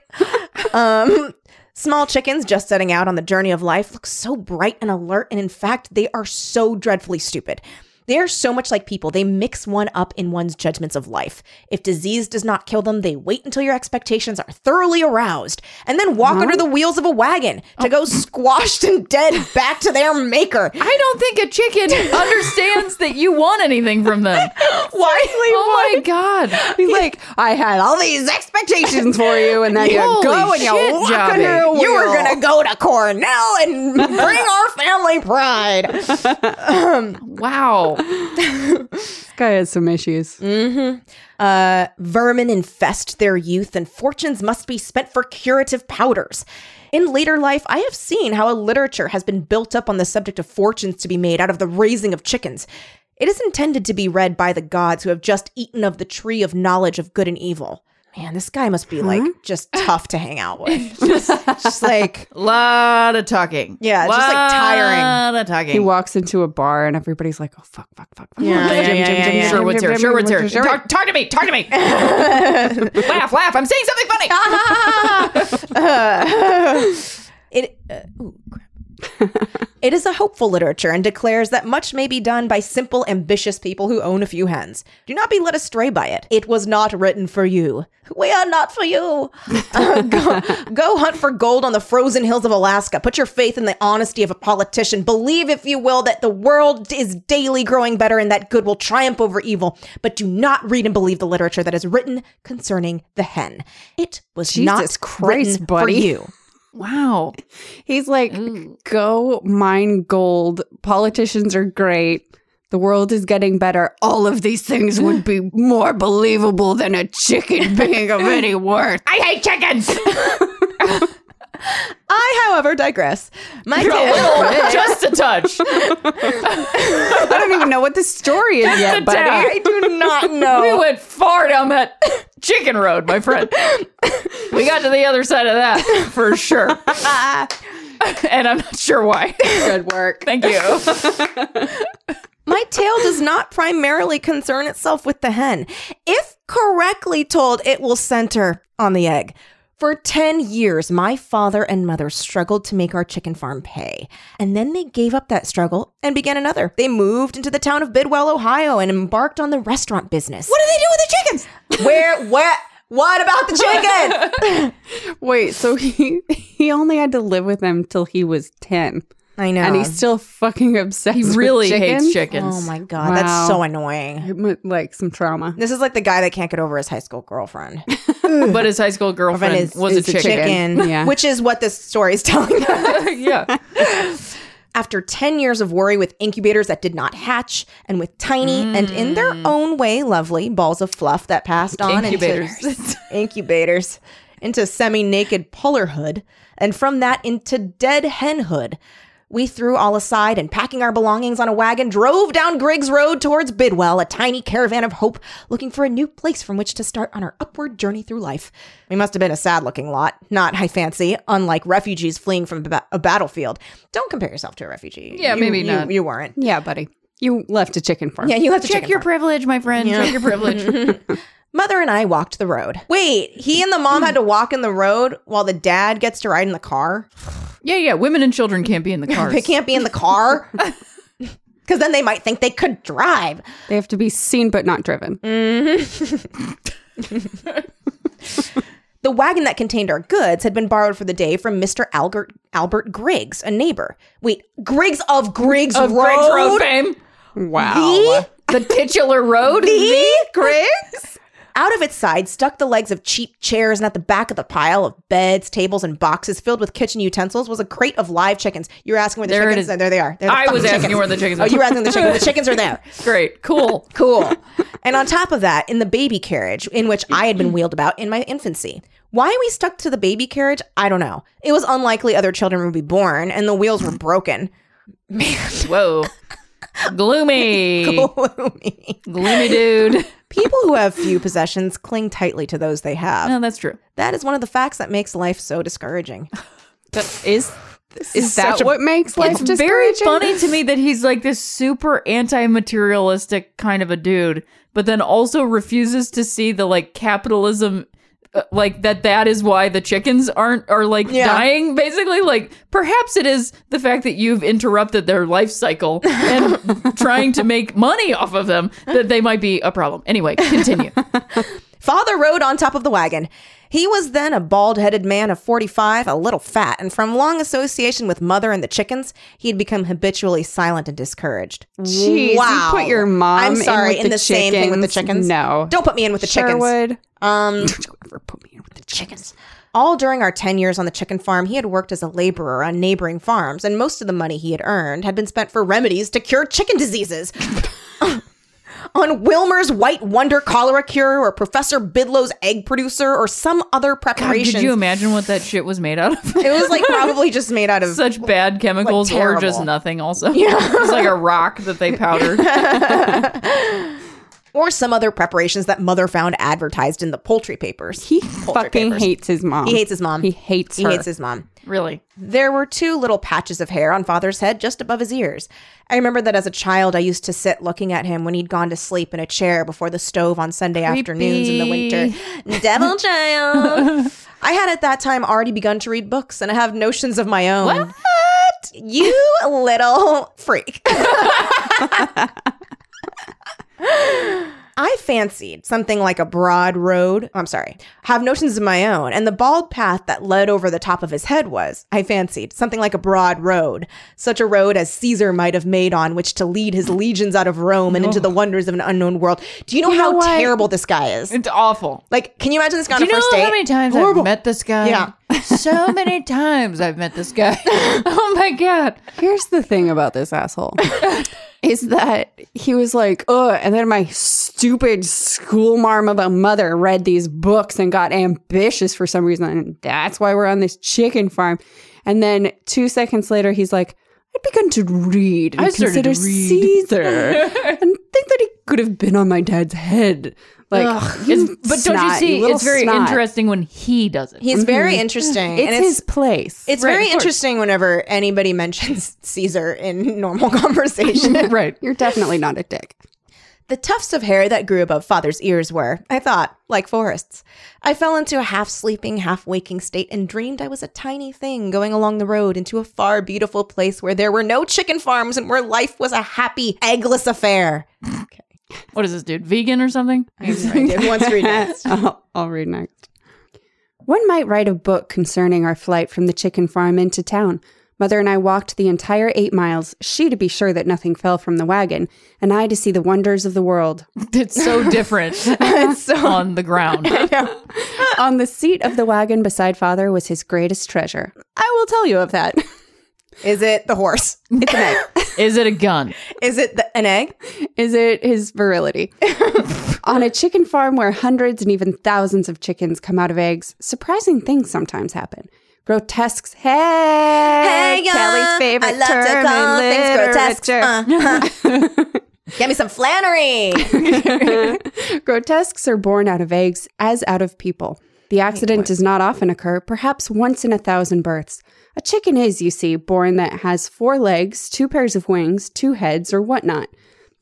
Um, small chickens just setting out on the journey of life look so bright and alert, and in fact, they are so dreadfully stupid. They are so much like people. They mix one up in one's judgments of life. If disease does not kill them, they wait until your expectations are thoroughly aroused and then walk under the wheels of a wagon to go squashed and dead back to their maker. I don't think a chicken understands that you want anything from them. Why? Oh my god. He's like, I had all these expectations for you, and then you go Holy and you shit, walk Johnny. under a You were wheel. going to go to Cornell and bring our family pride. Wow. This guy has some issues. Uh, vermin infest their youth, and fortunes must be spent for curative powders. In later life, I have seen how a literature has been built up on the subject of fortunes to be made out of the raising of chickens. It is intended to be read by the gods who have just eaten of the tree of knowledge of good and evil. Man, this guy must be like just tough to hang out with. just, just like Lot of talking. Yeah, just, like, tiring. Lot of talking. He Mm. walks into a bar and everybody's like, "Oh fuck, fuck, fuck, fuck." Yeah, yeah, yeah, yeah, yeah. Sure, what's here? Sure, what's Mm, here? Talk, talk to me. Talk to me. laugh, laugh. I'm saying something funny. It, uh, ooh, crap. it is a hopeful literature and declares that much may be done by simple, ambitious people who own a few hens. Do not be led astray by it. It was not written for you. We are not for you. Uh, go, go hunt for gold on the frozen hills of Alaska. Put your faith in the honesty of a politician. Believe, if you will, that the world is daily growing better and that good will triumph over evil. But do not read and believe the literature that is written concerning the hen. It was Jesus not Christ, written buddy. for you. Wow. He's like, "Go mine gold. Politicians are great. The world is getting better. All of these things would be more believable than a chicken being of any worth." I hate chickens. I, however, digress. My tip, Just a touch. I don't even know what the story is yet, a buddy. dab. I do not We know. went far down that chicken road, my friend. We got to the other side of that for sure. and I'm not sure why. Good work. Thank you. My tale does not primarily concern itself with the hen. If correctly told, it will center on the egg. For 10 years, my father and mother struggled to make our chicken farm pay. And then they gave up that struggle and began another. They moved into the town of Bidwell, Ohio, and embarked on the restaurant business. What do they do with the chickens? Where, what? What about the chicken? Wait, so he he only had to live with them till he was ten, I know. and he's still fucking obsessed. He with really hates chicken. chickens. oh my God, Wow. that's so annoying. Like some trauma. This is like the guy that can't get over his high school girlfriend. But his high school girlfriend is- was is a a chicken. chicken, Yeah. which is what this story is telling us. yeah. After 10 years of worry with incubators that did not hatch and with tiny and in their Mm. own way lovely balls of fluff that passed on Incubators. into incubators into semi-naked pullerhood and from that into dead henhood. We threw all aside and packing our belongings on a wagon drove down Griggs Road towards Bidwell, a tiny caravan of hope, looking for a new place from which to start on our upward journey through life. We must have been a sad looking lot, not, I fancy, unlike refugees fleeing from ba- a battlefield. Don't compare yourself to a refugee. Yeah, You- maybe you- not. You weren't. Yeah, buddy, you left a chicken farm. Yeah, you have to check, Check your privilege, my friend. Check your privilege. Mother and I walked the road. Wait, he and the mom had to walk in the road while the dad gets to ride in the car? yeah, yeah. Women and children can't be in the cars. They can't be in the car? Because then they might think they could drive. They have to be seen but not driven. Mm. The wagon that contained our goods had been borrowed for the day from Mr. Albert, Albert Griggs, a neighbor. Wait, Griggs of Griggs Of Road? Greg's Road fame. Wow. The titular road. The Griggs? Out of its side stuck the legs of cheap chairs, and at the back of the pile of beds, tables, and boxes filled with kitchen utensils was a crate of live chickens. You were asking where the There it chickens is. are. There they are. They're the I was fucking asking chickens. where the chickens Oh, are. you were asking the chickens. The chickens are there. Great. Cool. Cool. and on top of that, in the baby carriage, in which I had been wheeled about in my infancy. Why we stuck to the baby carriage, I don't know. It was unlikely other children would be born, and the wheels were broken. Whoa. Gloomy. Gloomy dude. People who have few possessions cling tightly to those they have. No, that's true. That is one of the facts that makes life so discouraging. Is is that such a- what makes life it's very discouraging? funny to me that he's like this super anti-materialistic kind of a dude but then also refuses to see the like capitalism uh, like that that is why the chickens aren't are like dying basically like perhaps it is the fact that you've interrupted their life cycle and trying to make money off of them that they might be a problem anyway continue Father rode on top of the wagon. He was then a bald headed man of 45, a little fat, and from long association with mother and the chickens, he had become habitually silent and discouraged. Jeez, Wow. you put your mom. I'm sorry, in, in with the, same thing with the chickens. No, Don't put me in with the chickens. Sherwood. Um, Don't you ever put me in with the chickens. all during our 10 years on the chicken farm, he had worked as a laborer on neighboring farms, and most of the money he had earned had been spent for remedies to cure chicken diseases. on Wilmer's White Wonder Cholera Cure or Professor Bidlow's Egg Producer or some other God, preparation. could you imagine what that shit was made out of? It was like probably just made out of Such bad chemicals or just terrible. nothing, also. Yeah. it's like a rock that they powdered. or some other preparations that mother found advertised in the poultry papers. He Poultry fucking papers. hates his mom. He hates his mom. He hates He her. hates his mom. really? There were two little patches of hair on father's head just above his ears. I remember that as a child, I used to sit looking at him when he'd gone to sleep in a chair before the stove on Sunday afternoons in the winter. Devil child. I had at that time already begun to read books and I have notions of my own. What? You little freak. I fancied something like a broad road. oh, I'm sorry, have notions of my own. And the bald path that led over the top of his head was, I fancied, something like a broad road, such a road as Caesar might have made on which to lead his legions out of Rome and into the wonders of an unknown world. Do you know how what? terrible this guy is? It's awful. Like, can you imagine this guy on Do a you know first date? how many times Horrible. I've met this guy? Yeah. so many times I've met this guy. oh my God. Here's the thing about this asshole is that he was like, oh, and then my stupid school marm of a mother read these books and got ambitious for some reason. And that's why we're on this chicken farm. And then two seconds later, he's like, I'd begun to read and I started to consider read." Caesar and think that he could have been on my dad's head. Like, you It's, but don't you snot, see, little it's very snot. interesting when he does it. He's very interesting. It's, and his place. It's Mm-hmm. Right, very of course. interesting whenever anybody mentions Caesar in normal conversation. right. You're definitely not a dick. The tufts of hair that grew above father's ears were, I thought, like forests. I fell into a half sleeping, half waking state and dreamed I was a tiny thing going along the road into a far, beautiful place where there were no chicken farms and where life was a happy, eggless affair. What is this dude? Vegan or something? It wants to read next. I'll, I'll read next. One might write a book concerning our flight from the chicken farm into town. Mother and I walked the entire eight miles, she to be sure that nothing fell from the wagon, and I to see the wonders of the world. It's so different on the ground. On the seat of the wagon beside father was his greatest treasure. I will tell you of that. Is it the horse? It's an egg. Is it a gun? Is it the, an egg? Is it his virility? On a chicken farm where hundreds and even thousands of chickens come out of eggs, surprising things sometimes happen. Grotesques. Hey, ya, Kelly's favorite I love term to in call things uh. grotesque. literature. Uh-huh. Get me some Flannery. Grotesques are born out of eggs as out of people. The accident does not often occur, perhaps once in a thousand births. A chicken is, you see, born that has four legs, two pairs of wings, two heads, or whatnot.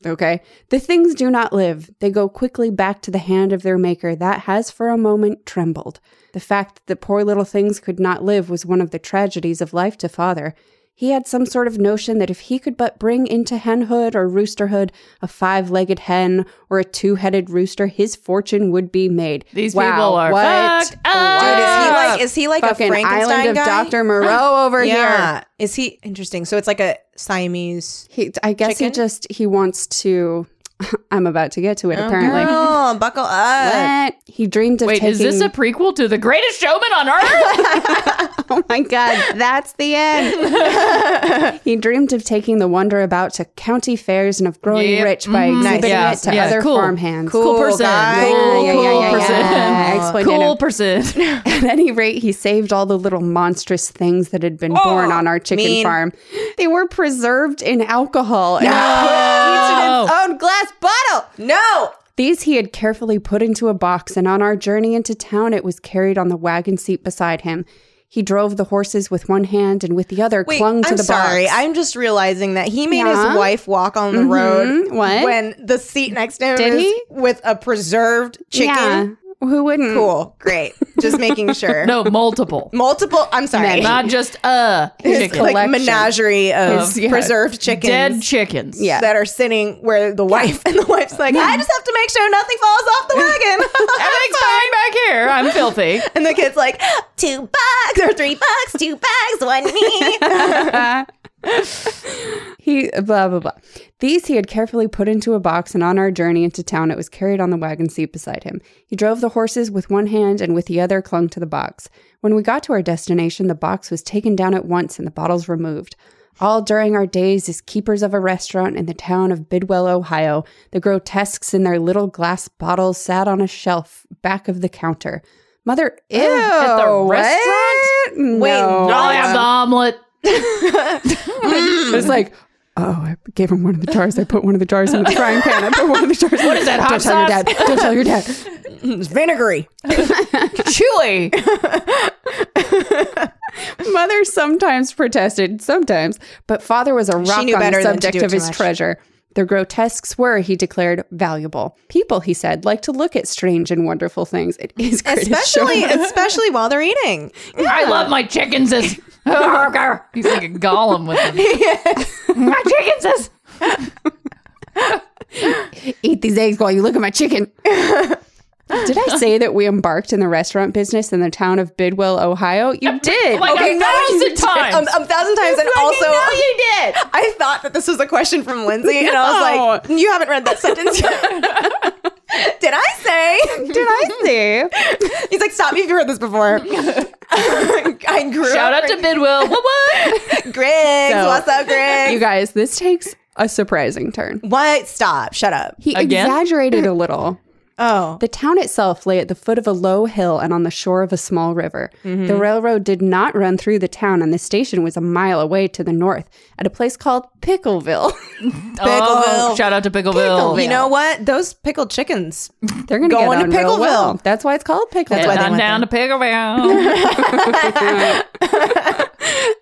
Okay. The things do not live. They go quickly back to the hand of their maker that has for a moment trembled. The fact that poor little things could not live was one of the tragedies of life to father. He had some sort of notion that if he could but bring into henhood or roosterhood a five legged hen or a two headed rooster, his fortune would be made. These people are fucked up. Dude, is he like Up. is he like a Fucking Frankenstein island of guy? Dr. Moreau over here. yeah. Is he interesting? So it's like a Siamese. He, I guess he Chicken? just he wants to. I'm about to get to it. apparently, Oh, buckle What? up. He dreamed of Wait, taking. is this a prequel to The Greatest Showman on Earth? oh my god, that's the end. he dreamed of taking the wonder about to county fairs and of growing Yep. rich by Mhm. exhibiting Yeah, it to yeah, other cool. farmhands. Cool, person. guy. Cool, Yeah, yeah, cool yeah, yeah, person. yeah. Exploit Cool native. person. At any rate, he saved all the little monstrous things that had been born on our chicken mean. farm. They were preserved in alcohol and Oh. Own glass bottle. No. These he had carefully put into a box, and on our journey into town, it was carried on the wagon seat beside him. He drove the horses with one hand and with the other Wait, clung to I'm the sorry. box. I'm just realizing that he made Yeah. his wife walk on the road What? when the seat next to him Did is he? with a preserved chicken. Yeah, who wouldn't? Cool. Great. Just making sure. No, multiple. Multiple. I'm sorry. Not just a His, chicken. like collection. menagerie of His- yeah. preserved chickens. Dead chickens. Yeah. That are sitting where the wife and the wife's like, I just have to make sure nothing falls off the wagon. Everything's fine back here. I'm filthy. and the kid's like, two bucks or three bucks, two bucks, one me. He blah blah blah. These he had carefully put into a box, and on our journey into town, it was carried on the wagon seat beside him. He drove the horses with one hand and with the other clung to the box. When we got to our destination, the box was taken down at once and the bottles removed. all during our days as keepers of a restaurant in the town of Bidwell, Ohio, the grotesques in their little glass bottles sat on a shelf back of the counter. Mother, ew, At the what? restaurant? Wait, I'll have the omelet. It was like, oh, I gave him one of the jars. I put one of the jars in the frying pan. I put one of the jars. What is that? Don't tell your dad. Don't tell your dad. It's vinegary. Chewy. Mother sometimes protested, sometimes, but father was a rock knew on better the than to subject do of too his much. treasure. The grotesques were, he declared, valuable. People, he said, like to look at strange and wonderful things. It is greatest Especially, show. especially while they're eating. I love my chickens. As- He's like a golem with them. my chickens. As- eat these eggs while you look at my chicken. did I say that we embarked in the restaurant business in the town of Bidwell, Ohio? You did. like Okay, a that was- thousand times. Um, a thousand times, and also you did. I thought that this was a question from Lindsay, and I was like, "You haven't read that sentence yet." Did I say? Did I say? He's like, "Stop me if you heard this before." I grew Shout up out to in- Bidwell. What what? Griggs. So- What's up, Griggs? You guys, this takes a surprising turn. what? Stop. Shut up. He Again? exaggerated a little. Oh, The town itself lay at the foot of a low hill and on the shore of a small river. Mm-hmm. The railroad did not run through the town, and the station was a mile away to the north at a place called Pickleville. Oh, Pickleville. shout out to Pickleville. you know what? Those pickled chickens. They're gonna Going get to on real well. Pickleville. That's why it's called Pickleville. That's why And they I'm down went to Pickleville.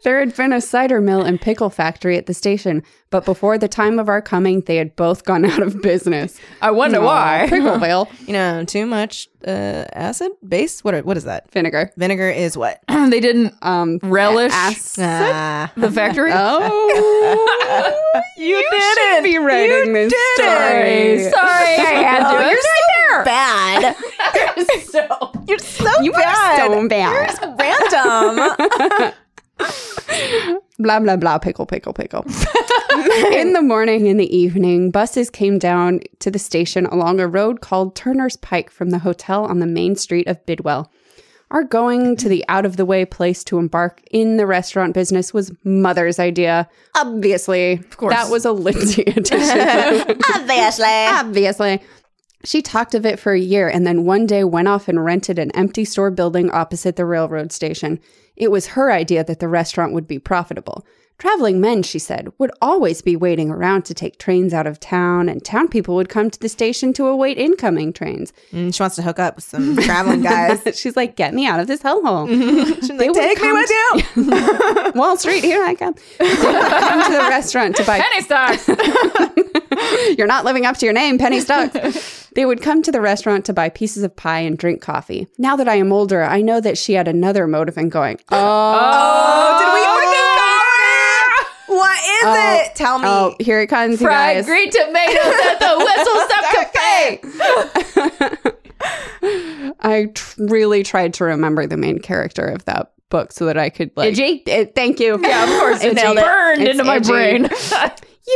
There had been a cider mill and pickle factory at the station, but before the time of our coming, they had both gone out of business. I wonder why. Pickleville You know, too much uh, acid base. What? Are, what is that? vinegar. Vinegar is what? they didn't Um, relish ass- Ah. the factory. Oh, you, should be writing this Sorry, Oh, story. sorry, I had to. You're so bad. so You're so You are bad. so bad. Random. blah blah blah pickle pickle pickle in the morning in the evening buses came down to the station along a road called turner's pike from the hotel on the main street of bidwell our going to the out of the way place to embark in the restaurant business was mother's idea obviously of course that was a lindsay addition Obviously. obviously she talked of it for a year and then one day went off and rented an empty store building opposite the railroad station. It was her idea that the restaurant would be profitable. Traveling men, she said, would always be waiting around to take trains out of town, and town people would come to the station to await incoming trains. Mm, she wants to hook up with some traveling guys. She's like, Get me out of this hellhole. She's like, would Take me come with you. Wall Street, here I come. They would come to the restaurant to buy penny stocks. You're not living up to your name, Penny Stocks. they would come to the restaurant to buy pieces of pie and drink coffee. Now that I am older, I know that she had another motive in going. Oh, Did we overthink all that? What is it? Tell me. Oh, here it comes, you Fried guys. green tomatoes at the Whistle Stop Cafe. I tr- really tried to remember the main character of that book so that I could like. Itchy? It- thank you. Yeah, of course, It burned into my brain.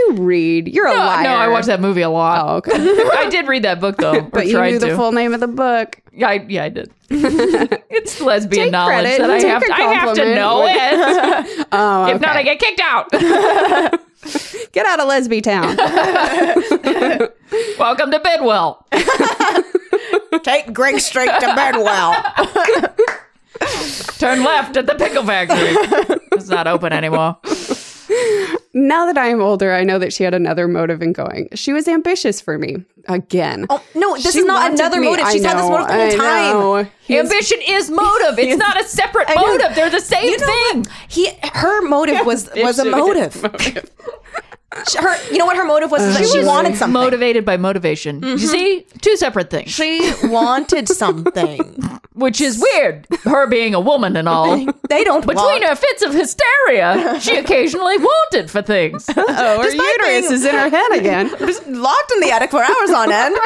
You read. You're a no, liar. no, I watched that movie a lot. Oh, okay. I did read that book though, or but you tried knew to. the full name of the book. yeah, I, yeah, I did. it's lesbian Take knowledge credit that and I take have. a To, I have to compliment. know it. Oh, if not, I get kicked out. Get out of Lesby Town. Welcome to Bidwell. Take Greg straight to Bedwell. Turn left at the pickle factory. it's not open anymore. Now that I am older, I know that she had another motive in going. She was ambitious for me again. Oh, no, this She is not wanted another me- motive. I She's had this know, motive the whole I time. know. He's- Ambition is motive. It's not a separate know. motive. They're the same You know thing. what? He, her motive was was a motive. She- her, you know what her motive was? Is that she wanted something. Mm-hmm. Motivated by motivation. You see, two separate things, She wanted something. which is weird. Her being a woman and all. They don't Between want. her fits of hysteria, she occasionally wanted for things. oh, her despite uterus being- is in her head again. Just locked in the attic for hours on end.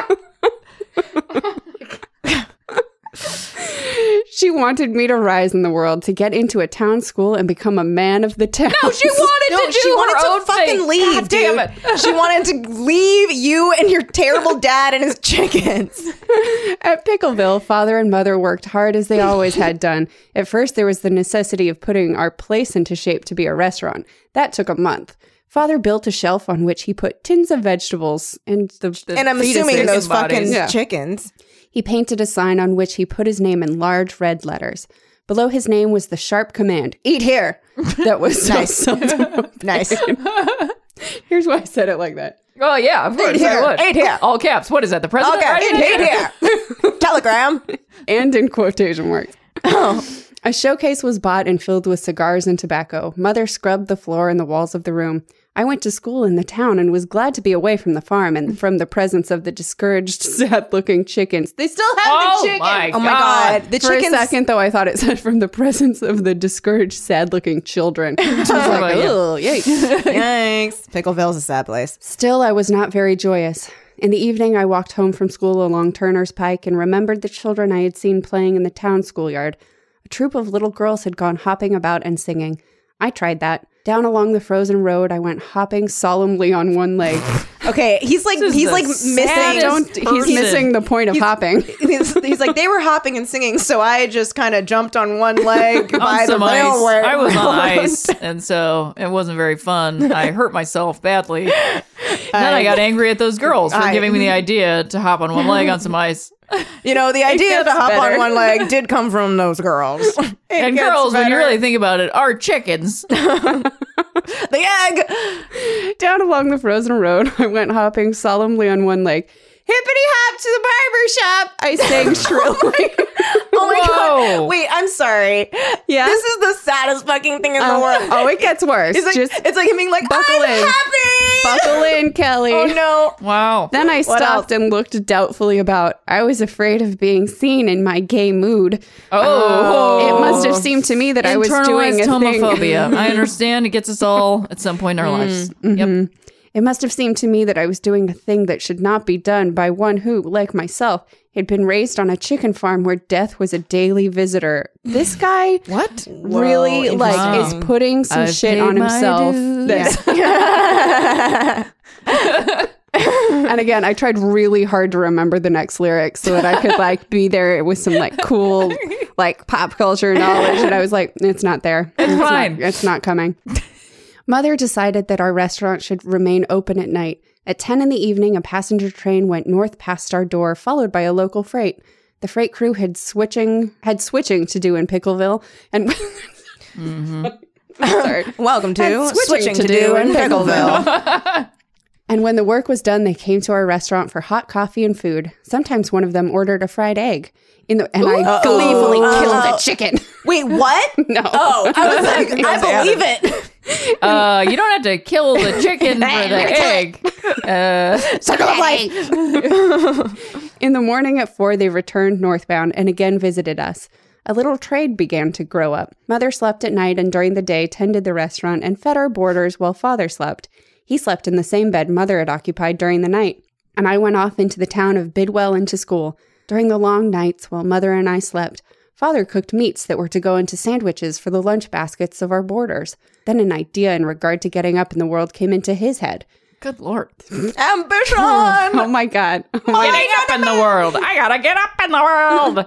She wanted me to rise in the world, to get into a town school and become a man of the town. No, she wanted No, to do she her wanted own to fucking thing. leave, God damn dude. it. she wanted to leave you and your terrible dad and his chickens. At Pickleville, father and mother worked hard as they always had done. At first, there was the necessity of putting our place into shape to be a restaurant. That took a month. Father built a shelf on which he put tins of vegetables and the, the And I'm assuming fetuses. those bodies. fucking Yeah. chickens. He painted a sign on which he put his name in large red letters. Below his name was the sharp command, "Eat here." That was so seldom. Nice. Here's why I said it like that. Oh yeah, of course I here. would. Eight here. All caps. What is that? The president? Okay, writing it? hate here. Telegram. and in quotation marks. Oh. A showcase was bought and filled with cigars and tobacco. Mother scrubbed the floor and the walls of the room. I went to school in the town and was glad to be away from the farm and from the presence of the discouraged, sad looking chickens. They still have Oh the chicken. my Oh my god, the For chickens. a second, though, I thought it said from the presence of the discouraged, sad looking children. So I was like, "Ugh, yikes. Yikes. Pickleville's a sad place. Still, I was not very joyous. In the evening, I walked home from school along Turner's Pike and remembered the children I had seen playing in the town schoolyard. A troop of little girls had gone hopping about and singing. I tried that. Down along the frozen road, I went hopping solemnly on one leg. Okay, he's like This is he's the like saddest- missing. Don't, he's person. missing the point of hopping. He's, he's like they were hopping and singing, so I just kind of jumped on one leg On by the some ice. railway. I was on ice, and so it wasn't very fun. I hurt myself badly. Then I got angry at those girls for I- giving me the idea to hop on one leg on some ice. You know, the idea to gets hop better. on one leg did come from those girls. It and gets girls, when you better. really think about it, are chickens. the egg. Down along the frozen road, I went hopping solemnly on one leg. Hippity hop to the barber shop, I sang shrilly. Oh my Whoa. god! Wait, I'm sorry. Yeah? this is the saddest fucking thing in the Uh, world. oh, it gets worse. Um, It's like Just it's like him being like, buckle I'm in. happy. buckle in, Kelly. Oh no! Wow. Then I else? stopped and looked doubtfully about. I was afraid of being seen in my gay mood. Oh. it must have seemed to me that I was doing a Internalized thing. homophobia. I understand it gets us all at some point in our lives. Mm-hmm. Yep. It must have seemed to me that I was doing a thing that should not be done by one who, like myself, had been raised on a chicken farm where death was a daily visitor. This guy What? really Whoa, like is interesting. putting some I've shit paid on my himself. dues. That's- and again, I tried really hard to remember the next lyrics so that I could like be there with some like cool like pop culture knowledge. And I was like, it's not there. It's, not- fine. it's not coming. Mother decided that our restaurant should remain open at night. At 10 in the evening, a passenger train went north past our door, followed by a local freight. The freight crew had switching had switching to do in Pickleville and Sorry. Welcome to And switching, to, do in Pickleville. And when the work was done, they came to our restaurant for hot coffee and food. Sometimes one of them ordered a fried egg. In the and I gleefully Uh-oh. killed a chicken. Wait, what? no. Oh, I was like, I believe it. Uh, you don't have to kill the chicken for the egg. Uh, Circle of life. In the morning at four, they returned northbound and again visited us. A little trade began to grow up. Mother slept at night and during the day tended the restaurant and fed our boarders while father slept. He slept in the same bed mother had occupied during the night. And I went off into the town of Bidwell and to school. During the long nights while mother and I slept, father cooked meats that were to go into sandwiches for the lunch baskets of our boarders. Then an idea in regard to getting up in the world came into his head. good lord. Ambition. Oh my God. Getting up in the world. I gotta get up in the world.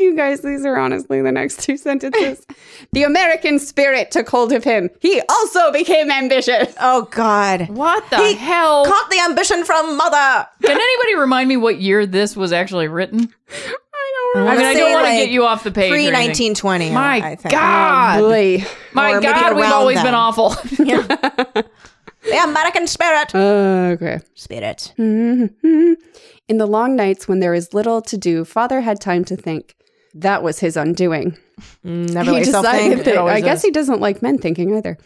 You guys, these are honestly the next two sentences. the American spirit took hold of him. He also became ambitious. Oh God. What the He hell? Caught the ambition from mother. Can anybody remind me what year this was actually written? I don't. I mean, I wanna don't say, want to like, get you off the page. or Pre anything. nineteen twenty. Mm. My God. Boy. My or maybe God, we've around always then. been awful. The American spirit. Uh, Okay. Spirit. In the long nights when there is little to do, father had time to think. That was his undoing. Never he let yourself decided think. that, always I guess is. he doesn't like men thinking either.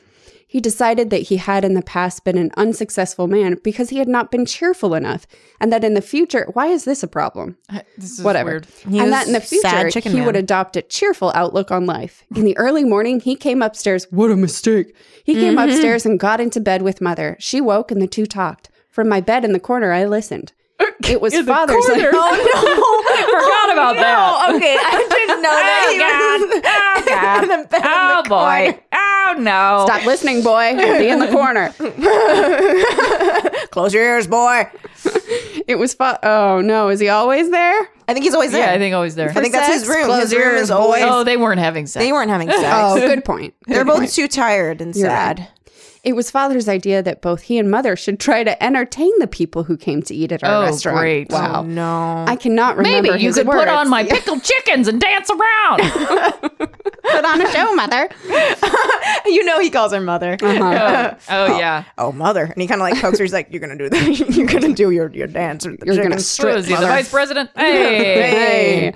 He decided that he had in the past been an unsuccessful man because he had not been cheerful enough, and that in the future, why is this a problem? this is whatever. weird. was And that in the sad future, chicken he man. would adopt a cheerful outlook on life. In the early morning, he came upstairs. What a mistake. He came upstairs and got into bed with mother. She woke and the two talked. From my bed in the corner, I listened. It was in the Father's Day. corner. I "Oh, forgot about that. Oh, okay. I didn't know that. Oh, he was- God. in Oh, the bed in God. the Oh, boy. Oh, no. Stop listening, boy. Be in the corner. Close your ears, boy. It was fun. Oh no, is he always there? I think he's always there. Yeah, I think always there. I think that's his Sex, room. close His your room ears, is always. Oh, they weren't having sex. They weren't having sex. Oh, good point. They're Good both point. too tired and You're sad. right. It was father's idea that both he and mother should try to entertain the people who came to eat at our Oh, restaurant. great. Wow. No. I cannot remember. Maybe you his could put words. on my pickled chickens and dance around. put on a show, mother. You know he calls her mother. oh, oh, yeah. Uh-huh. Oh, mother. And he kind of like pokes her. He's like, you're going to do that. you're going to do your, your dance. With the You're chicken." gonna Who strip. is he, the mother. vice president? Hey. Hey.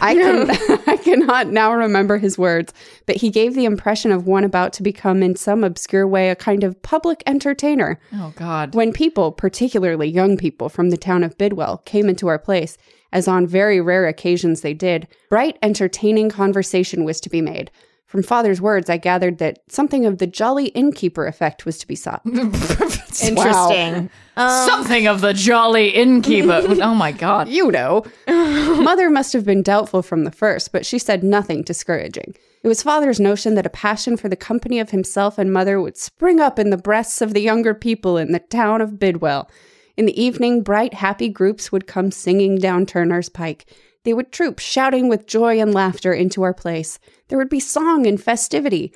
I can I cannot now remember his words, but he gave the impression of one about to become in some obscure way a kind of public entertainer. Oh, God. When people, particularly young people from the town of Bidwell, came into our place, as on very rare occasions they did, bright, entertaining conversation was to be made. From father's words, I gathered that something of the jolly innkeeper effect was to be sought. Interesting. Um, Something of the jolly innkeeper. oh, my God. you know. Mother must have been doubtful from the first, but she said nothing discouraging. It was father's notion that a passion for the company of himself and mother would spring up in the breasts of the younger people in the town of Bidwell. In the evening, bright, happy groups would come singing down Turner's Pike. They would troop, shouting with joy and laughter, into our place. There would be song and festivity.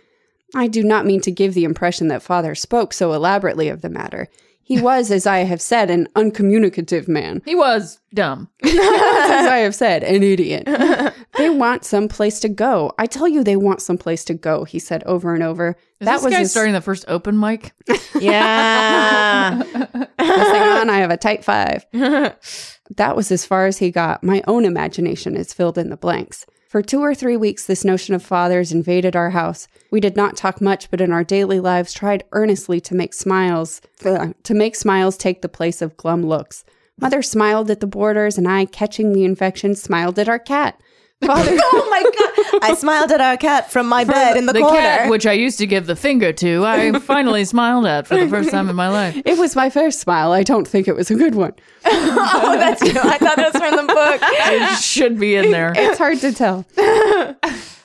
I do not mean to give the impression that father spoke so elaborately of the matter. He was, as I have said, an uncommunicative man He was dumb. as I have said, an idiot. they want some place to go. I tell you, they want some place to go. He said over and over. Is this guy his- starting the first open mic? Yeah. Let's hang on. I have a type five. that was as far as he got. My own imagination is filled in the blanks. For two or three weeks, this notion of fathers invaded our house. We did not talk much, but in our daily lives, tried earnestly to make smiles, to make smiles take the place of glum looks. Mother smiled at the boarders, and I, catching the infection, smiled at our cat. Father, oh, my God. I smiled at our cat from my bed in the, the corner. cat, which I used to give the finger to, I finally smiled at for the first time in my life. It was my first smile. I don't think it was a good one. oh, that's you. I thought that was from the book. It should be in there. It's hard to tell.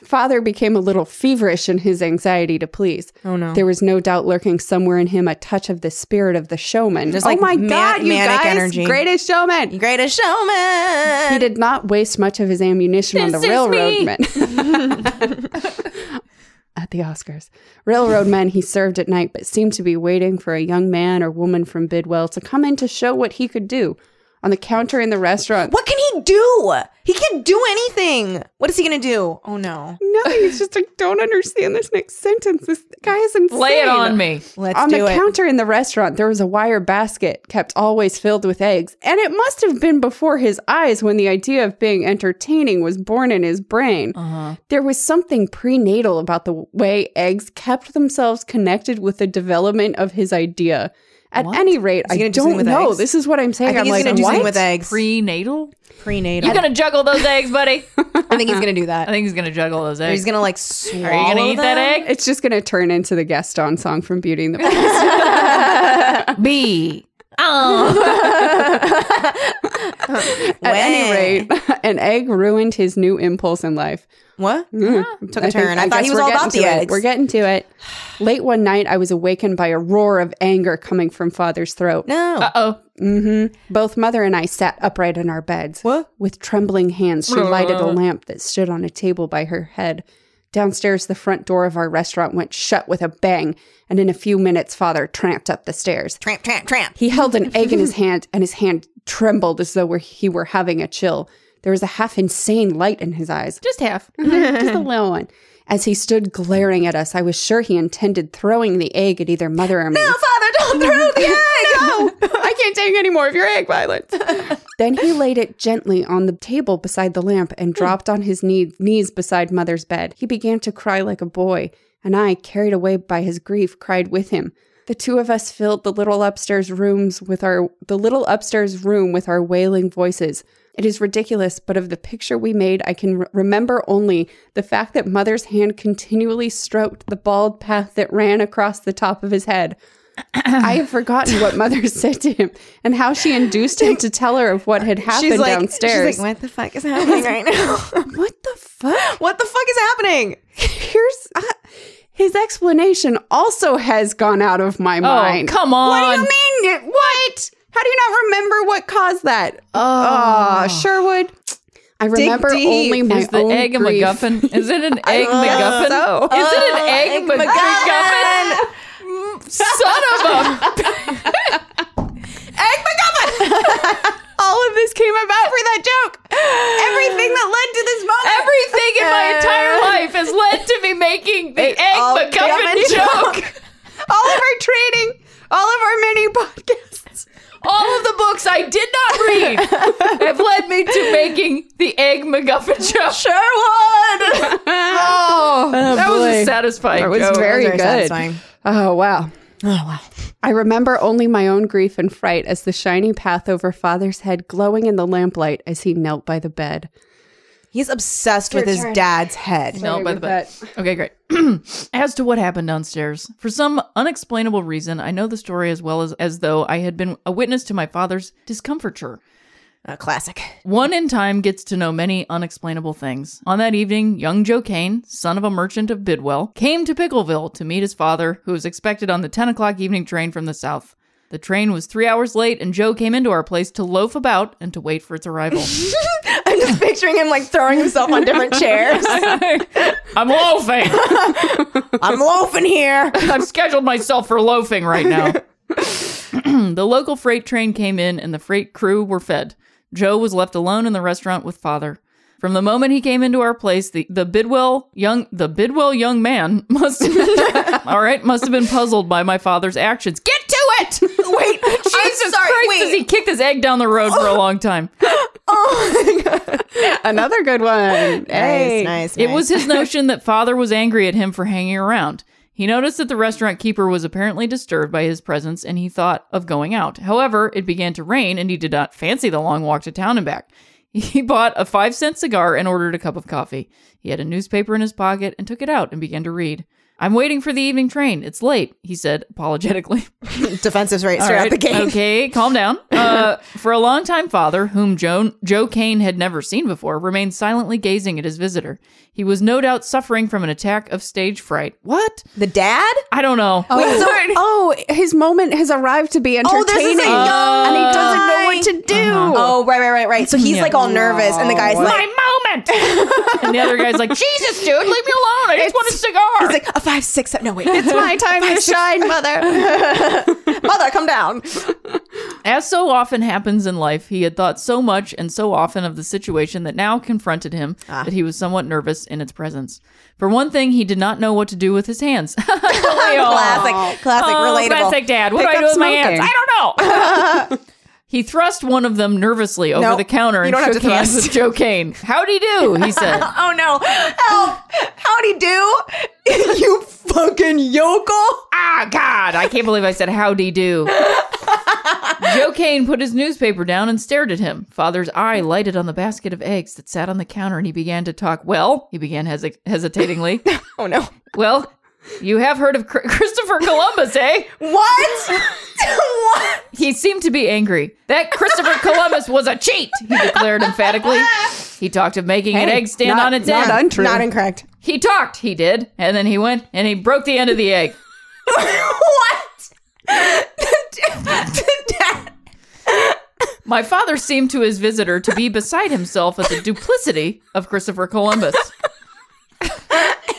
Father became a little feverish in his anxiety to please. Oh no. There was no doubt lurking somewhere in him a touch of the spirit of the showman. Just oh like my man- god, you manic guys, energy. greatest showman. Greatest showman. He did not waste much of his ammunition on This the is railroad me. men. at the Oscars. Railroad men he served at night, but seemed to be waiting for a young man or woman from Bidwell to come in to show what he could do. On the counter in the restaurant, What can he do? He can't do anything. What is he going to do? Oh, no. Nothing. It's just I don't understand this next sentence. This guy is insane. Lay it on me. Let's on do the it. counter in the restaurant, there was a wire basket kept always filled with eggs, and it must have been before his eyes when the idea of being entertaining was born in his brain. Uh-huh. There was something prenatal about the way eggs kept themselves connected with the development of his idea. At any rate, I he gonna do something don't with know. eggs? This is what I'm saying. I think am he's like, going to do something what? with eggs. Prenatal? Prenatal. You gonna juggle those eggs, buddy? I think he's going to do that. I think he's gonna juggle those eggs. he's going to like swallow Are you gonna eat that them. egg? It's just going to turn into the Gaston song from Beauty and the Beast. B. Oh. At Wah. any rate, an egg ruined his new impulse in life. Mm-hmm. What? Mm-hmm. Took a turn. I, thought guess he was we're all getting about to the it. eggs. We're getting to it. Late one night, I was awakened by a roar of anger coming from father's throat. no. oh. Both mother and I sat upright in our beds. What? With trembling hands, she lighted a lamp that stood on a table by her head. Downstairs, the front door of our restaurant went shut with a bang, and in a few minutes, father tramped up the stairs. tramp, tramp, tramp. He held an egg in his hand, and his hand trembled as though were- he were having a chill. There was a half insane light in his eyes. Uh-huh. Just half. just a little one. As he stood glaring at us, I was sure he intended throwing the egg at either mother or me. No, Father, don't throw the egg. no. I can't take any more of your egg violence. then he laid it gently on the table beside the lamp and dropped on his knee- knees beside mother's bed. He began to cry like a boy, and I, carried away by his grief, cried with him. The two of us filled the little upstairs rooms with our the little upstairs room with our wailing voices. It is ridiculous, but of the picture we made, I can re- remember only the fact that mother's hand continually stroked the bald path that ran across the top of his head. I have forgotten what mother said to him and how she induced him to tell her of what had happened she's like, downstairs. She's like, what the fuck is happening right now? what the fuck? what the fuck is happening? Here's uh, his explanation also has gone out of my Oh, mind. come on. What do you mean? What? How do you not remember what caused that? Oh, Sherwood. I remember deep. only my Is the own egg a grief. MacGuffin? Is it an egg MacGuffin? so. Is it an egg, Mac- MacGuffin? Son of a All of this came about for that joke. Everything that led to this moment. Everything in my entire life has led to me making the egg all MacGuffin government joke. all of our training, all of our mini podcasts. All of the books I did not read have led me to making the egg MacGuffin joke. Sherwood! oh, that was a satisfying That was joke. very very good. satisfying. Oh wow. Oh wow. I remember only my own grief and fright as the shiny path over father's head glowing in the lamplight as he knelt by the bed. He's obsessed with his dad's head. No, by the bed. Okay, great. as to what happened downstairs, for some unexplainable reason, I know the story as well as, as though I had been a witness to my father's discomfiture. A classic. One in time gets to know many unexplainable things. On that evening, young Joe Kane, son of a merchant of Bidwell, came to Pickleville to meet his father, who was expected on the 10 o'clock evening train from the south. The train was three hours late, and Joe came into our place to loaf about and to wait for its arrival. I'm just picturing him like throwing himself on different chairs. I'm loafing! I'm loafing here. I've scheduled myself for loafing right now. the local freight train came in and the freight crew were fed. Joe was left alone in the restaurant with father. From the moment he came into our place, the, the Bidwell young the Bidwell young man must all right must have been puzzled by my father's actions. Get to it! Wait, Jesus Jesus sorry, Christ! wait. As he kicked his egg down the road for a long time. Another good one. Hey. nice, nice. It was his notion that father was angry at him for hanging around. He noticed that the restaurant keeper was apparently disturbed by his presence and he thought of going out. However, it began to rain and he did not fancy the long walk to town and back. He bought a five cent cigar and ordered a cup of coffee. He had a newspaper in his pocket and took it out and began to read. I'm waiting for the evening train. It's late, he said apologetically. defensive right All straight out the right, gate. Okay, calm down. Uh, for a long time, father, whom Joan, Joe Kane had never seen before, remained silently gazing at his visitor. He was no doubt suffering from an attack of stage fright. What? The dad? I don't know. Wait, so- oh, his moment has arrived to be entertaining. Oh, this is a young and he Uh, doesn't know what to do. Oh, right, right, right, right. So he's like all nervous, and the guy's like, My moment. and the other guy's like, Jesus, dude, leave me alone. I just want a cigar. he's like a five, six, seven. No, wait, It's my time to shine, mother. mother, come down. As so often happens in life, he had thought so much and so often of the situation that now confronted him Ah. that he was somewhat nervous in its presence. For one thing, he did not know what to do with his hands. Classic, classic, Oh, relatable. Classic dad. What do I up do with my hands? smoking. I don't know. he thrust one of them nervously over Nope. the counter You and don't have shook to hands thrust. with Joe Kane. How'd he do? He said. Oh no! Help! How'd he do? you fucking yokel! ah, God, I can't believe I said howdy do. Joe Kane put his newspaper down and stared at him. Father's eye lighted on the basket of eggs that sat on the counter and he began to talk. Well, he began hesi- hesitatingly. Oh no! well, you have heard of Chr- Christopher Columbus, eh? What? what? He seemed to be angry. That Christopher Columbus was a cheat, he declared emphatically. He talked of making an egg stand not- on its not end. untrue. Not incorrect. he talked, he did, and then he went and he broke the end of the egg. what? The dad- My father seemed to his visitor to be beside himself at the duplicity of Christopher Columbus.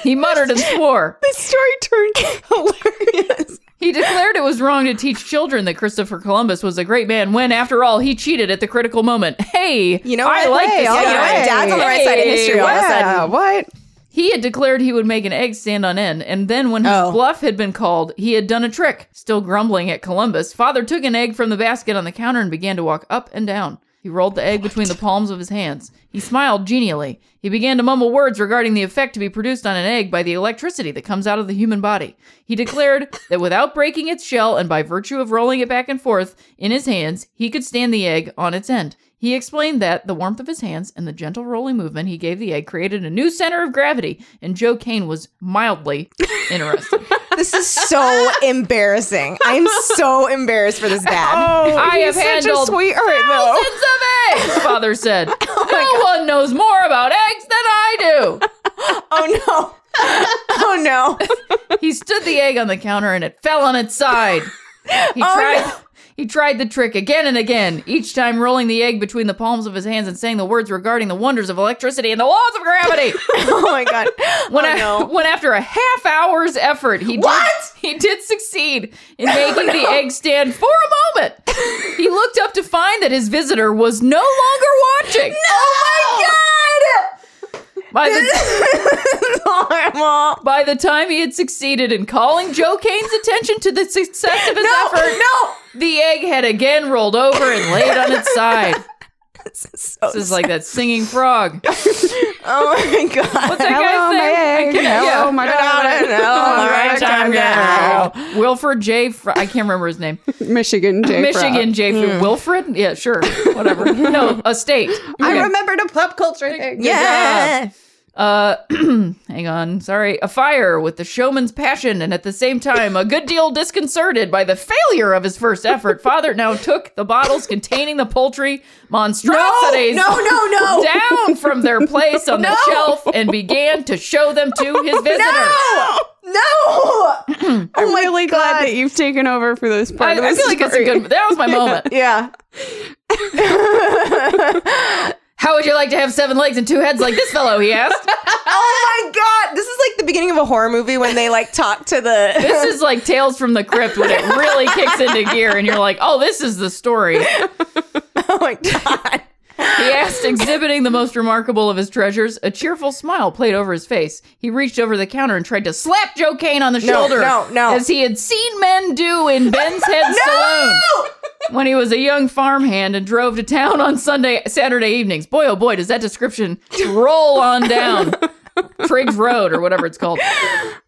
he muttered and swore. this story turned hilarious. He declared it was wrong to teach children that Christopher Columbus was a great man when, after all, he cheated at the critical moment. Hey, You know I what? like Hey, this all guy. right. Dad's on the right side of history all of a wow. Yeah, what? He had declared he would make an egg stand on end, and then when his Oh. bluff had been called, he had done a trick. Still grumbling at Columbus, father took an egg from the basket on the counter and began to walk up and down. He rolled the egg between the palms of his hands. He smiled genially. He began to mumble words regarding the effect to be produced on an egg by the electricity that comes out of the human body. He declared that without breaking its shell and by virtue of rolling it back and forth in his hands, he could stand the egg on its end. He explained that the warmth of his hands and the gentle rolling movement he gave the egg created a new center of gravity, and Joe Kane was mildly interested. This is so embarrassing. I'm so embarrassed for this dad. Oh, I have handled sweetheart, though. thousands of eggs, Oh. father said. no one knows more about eggs than I do. Oh no. Oh no. He stood the egg on the counter and it fell on its side. He tried he tried the trick again and again, each time rolling the egg between the palms of his hands and saying the words regarding the wonders of electricity and the laws of gravity. Oh my god. When, oh I- no. when after a half hour's effort, he What? did he did succeed in making the egg stand for a moment. he looked up to find that his visitor was no longer watching. Oh my god! By the, Horrible. by the time he had succeeded in calling Joe Kane's attention to the success of his effort, No. the egg had again rolled over and laid on its side. This is like that singing frog. What's Oh my Hello, that god. guy's my name? I egg. can't- yeah. Hello, my daughter. All right, time now. Wilfred J. Fr- I can't remember his name. Michigan J. Michigan J. Hmm. Fru- Wilfred? Yeah, sure. Whatever. no, a state. Okay. remembered a pop culture thing. Yeah. Uh, hang on. Sorry. A fire with the showman's passion, and at the same time, a good deal disconcerted by the failure of his first effort, father now took the bottles containing the poultry monstrosities No, no, no. down from their place on the shelf and began to show them to his visitor. No. Oh No. I'm really glad that you've taken over for this part I, of I the feel like that's a story. good. That was my moment. Yeah. How would you like to have seven legs and two heads like this fellow? He asked. Oh my god. This is like the beginning of a horror movie when they like talk to the This is like Tales from the Crypt when it really kicks into gear, and you're like, "Oh, this is the story." Oh my god. He asked, exhibiting the most remarkable of his treasures. A cheerful smile played over his face. He reached over the counter and tried to slap Joe Kane on the shoulder. no, no. As he had seen men do in Ben's Head Saloon when he was a young farmhand and drove to town on Sunday, Saturday evenings. Boy, oh boy, does that description roll on down Triggs Road or whatever it's called.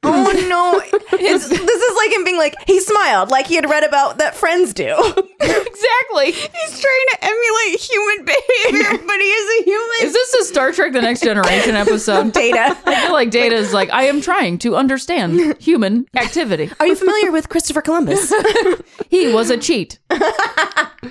Oh no. It's, this is like him being like, he smiled like he had read about that friends do. Exactly. He's trying to emulate human behavior, but he is a human. Is this a Star Trek The Next Generation episode? Data. I feel like Data is like, I am trying to understand human activity. Are you familiar with Christopher Columbus? He was a cheat,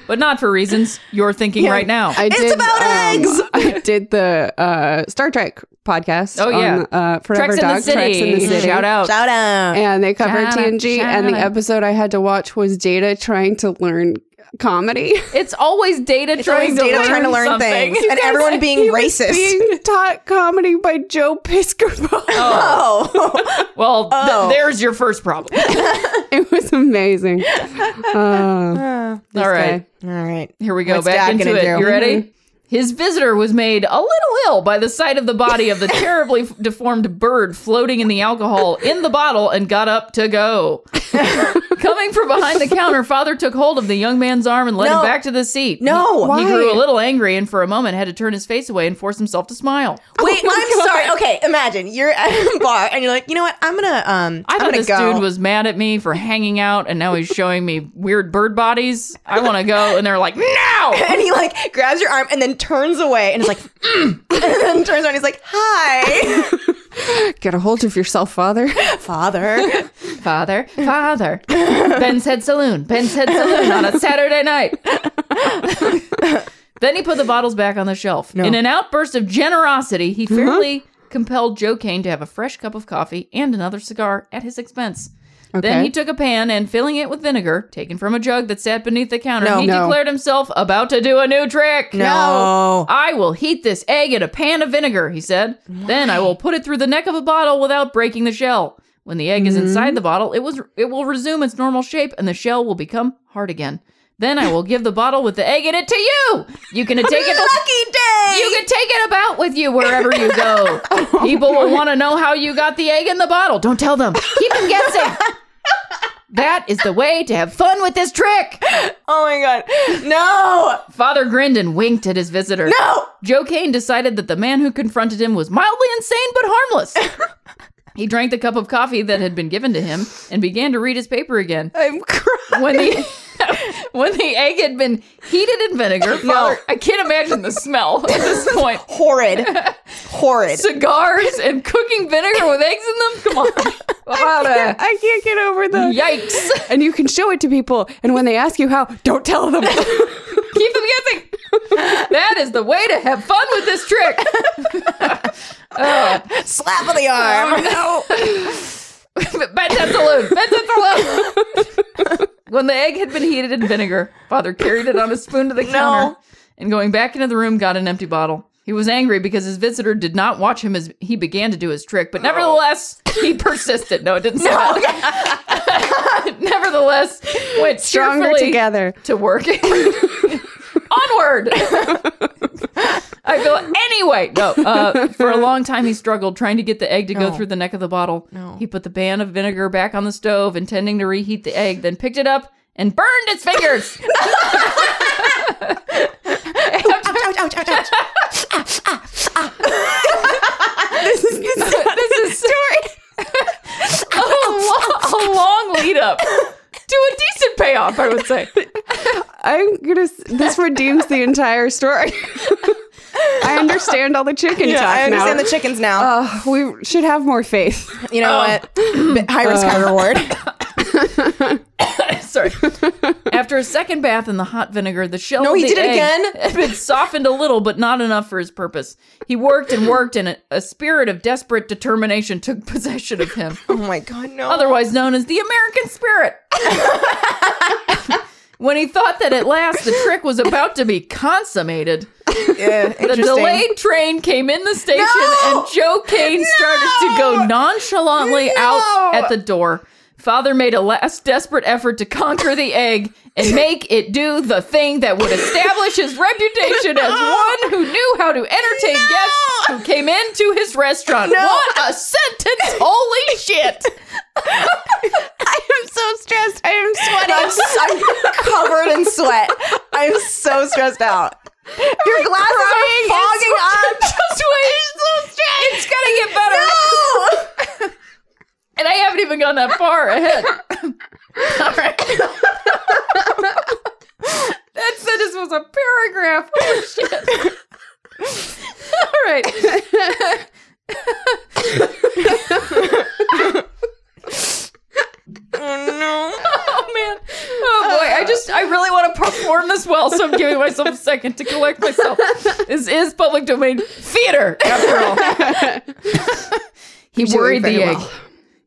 but not for reasons you're thinking right now. I It's did, um, about eggs! I did the uh, Star Trek podcast. Oh, yeah. on, uh, Forever Treks in the Dog Treks in the City. City. Shout out. Shout out. And they covered Shout out, TNG. shout and the out. episode I had to watch was Data trying to learn comedy. It's always Data trying, Trying, to data learn trying to learn something. things, and everyone being racist. Being taught comedy by Joe Piscopo. oh, Well, th- there's your first problem. It was amazing. All right. guy. all right. Here we go What's back Dad into gonna it. do? Mm-hmm. You ready? His visitor was made a little ill by the sight of the body of the terribly f- deformed bird floating in the alcohol in the bottle and got up to go. Coming from behind the counter, father took hold of the young man's arm and led No. him back to the seat. No. He Why? grew a little angry and for a moment had to turn his face away and force himself to smile. Wait, I'm sorry. Okay, imagine you're at a bar and you're like, you know what? I'm gonna um, I thought I'm gonna Oh, this go. dude was mad at me for hanging out and now he's showing me weird bird bodies. I want to go. And they're like, no! and he like grabs your arm and then turns away and is like, "Mm," and then turns around. And he's like, "Hi, Get a hold of yourself, father. father." Father, father. Ben's Head Saloon, Ben's Head Saloon on a Saturday night. then he put the bottles back on the shelf. In an outburst of generosity, he fairly compelled Joe Kane to have a fresh cup of coffee and another cigar at his expense. Then Okay. he took a pan and filling it with vinegar, taken from a jug that sat beneath the counter, he No. declared himself about to do a new trick. No. I will heat this egg in a pan of vinegar, he said. Then I will put it through the neck of a bottle without breaking the shell. When the egg is inside the Mm-hmm. bottle, it was it will resume its normal shape and the shell will become hard again. Then I will give the bottle with the egg in it to you. You can take it Lucky day. You can take it about with you wherever you go. People will want to know how you got the egg in the bottle. Don't tell them. Keep them guessing. That is the way to have fun with this trick. Oh my god. No. Oh, Father grinned and winked at his visitor. No. Joe Kane decided that the man who confronted him was mildly insane but harmless. he drank the cup of coffee that had been given to him and began to read his paper again. I'm crying. When the when the egg had been heated in vinegar, Father, I can't imagine the smell at this point. Horrid. Horrid. Cigars and cooking vinegar with eggs in them? Come on. Father. I can't get over the. Yikes. And you can show it to people. And when they ask you how, don't tell them. Keep them guessing. That is the way to have fun with this trick. Slap of the arm. Oh, no. Bedtime saloon. Bedtime saloon. when the egg had been heated in vinegar, father carried it on a spoon to the counter and going back into the room got an empty bottle. He was angry because his visitor did not watch him as he began to do his trick, but nevertheless, he persisted. No, it didn't sound. nevertheless, went Stronger cheerfully together. to work. Onward. I feel anyway. No, uh, for a long time he struggled trying to get the egg to go through the neck of the bottle. No. He put the pan of vinegar back on the stove, intending to reheat the egg, then picked it up and burned its fingers. Ouch, ouch, ouch, ouch. this is story. a, lo- a long lead up to a decent payoff, I would say. I'm gonna. s- This redeems the entire story. I understand all the chicken Yeah, talk I understand now. the chickens now. Uh, we should have more faith. you know oh. what? High risk, Uh, high reward. Sorry. After a second bath in the hot vinegar, the shell. No, of he the did it egg again? Had been softened a little, but not enough for his purpose. He worked and worked, and a, a spirit of desperate determination took possession of him, Oh my god, no. otherwise known as the American spirit. when he thought that at last the trick was about to be consummated, the Yeah, interesting. delayed train came in the station, No! and Joe Kane started to go nonchalantly out No! at the door. Father made a last desperate effort to conquer the egg and make it do the thing that would establish his reputation as one who knew how to entertain guests who came into his restaurant. What a sentence! Holy shit! I am so stressed. I am sweating. I'm, s- I'm covered in sweat. I'm so stressed out. Your glasses are fogging up. Just wait. It's gonna get better. And I haven't even gone that far ahead. All right. that sentence was a paragraph. Oh, shit. All right. Oh man. Oh boy. I just I really want to perform this well, so I'm giving myself a second to collect myself. This is public domain theater, after all. he worried the egg.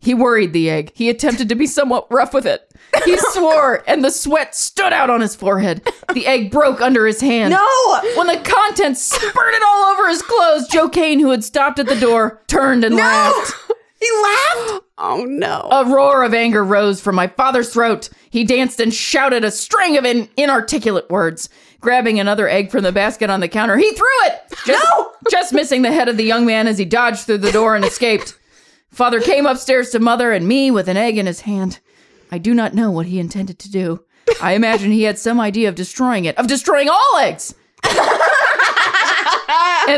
He worried the egg. He attempted to be somewhat rough with it. He swore, and the sweat stood out on his forehead. The egg broke under his hand. No! When the contents spurted all over his clothes, Joe Kane, who had stopped at the door, turned and laughed. He laughed. Oh no! A roar of anger rose from my father's throat. He danced and shouted a string of in- inarticulate words. Grabbing another egg from the basket on the counter, he threw it! Just, no! Just missing the head of the young man as he dodged through the door and escaped. Father came upstairs to mother and me with an egg in his hand. I do not know what he intended to do. I imagine he had some idea of destroying it, of destroying all eggs! and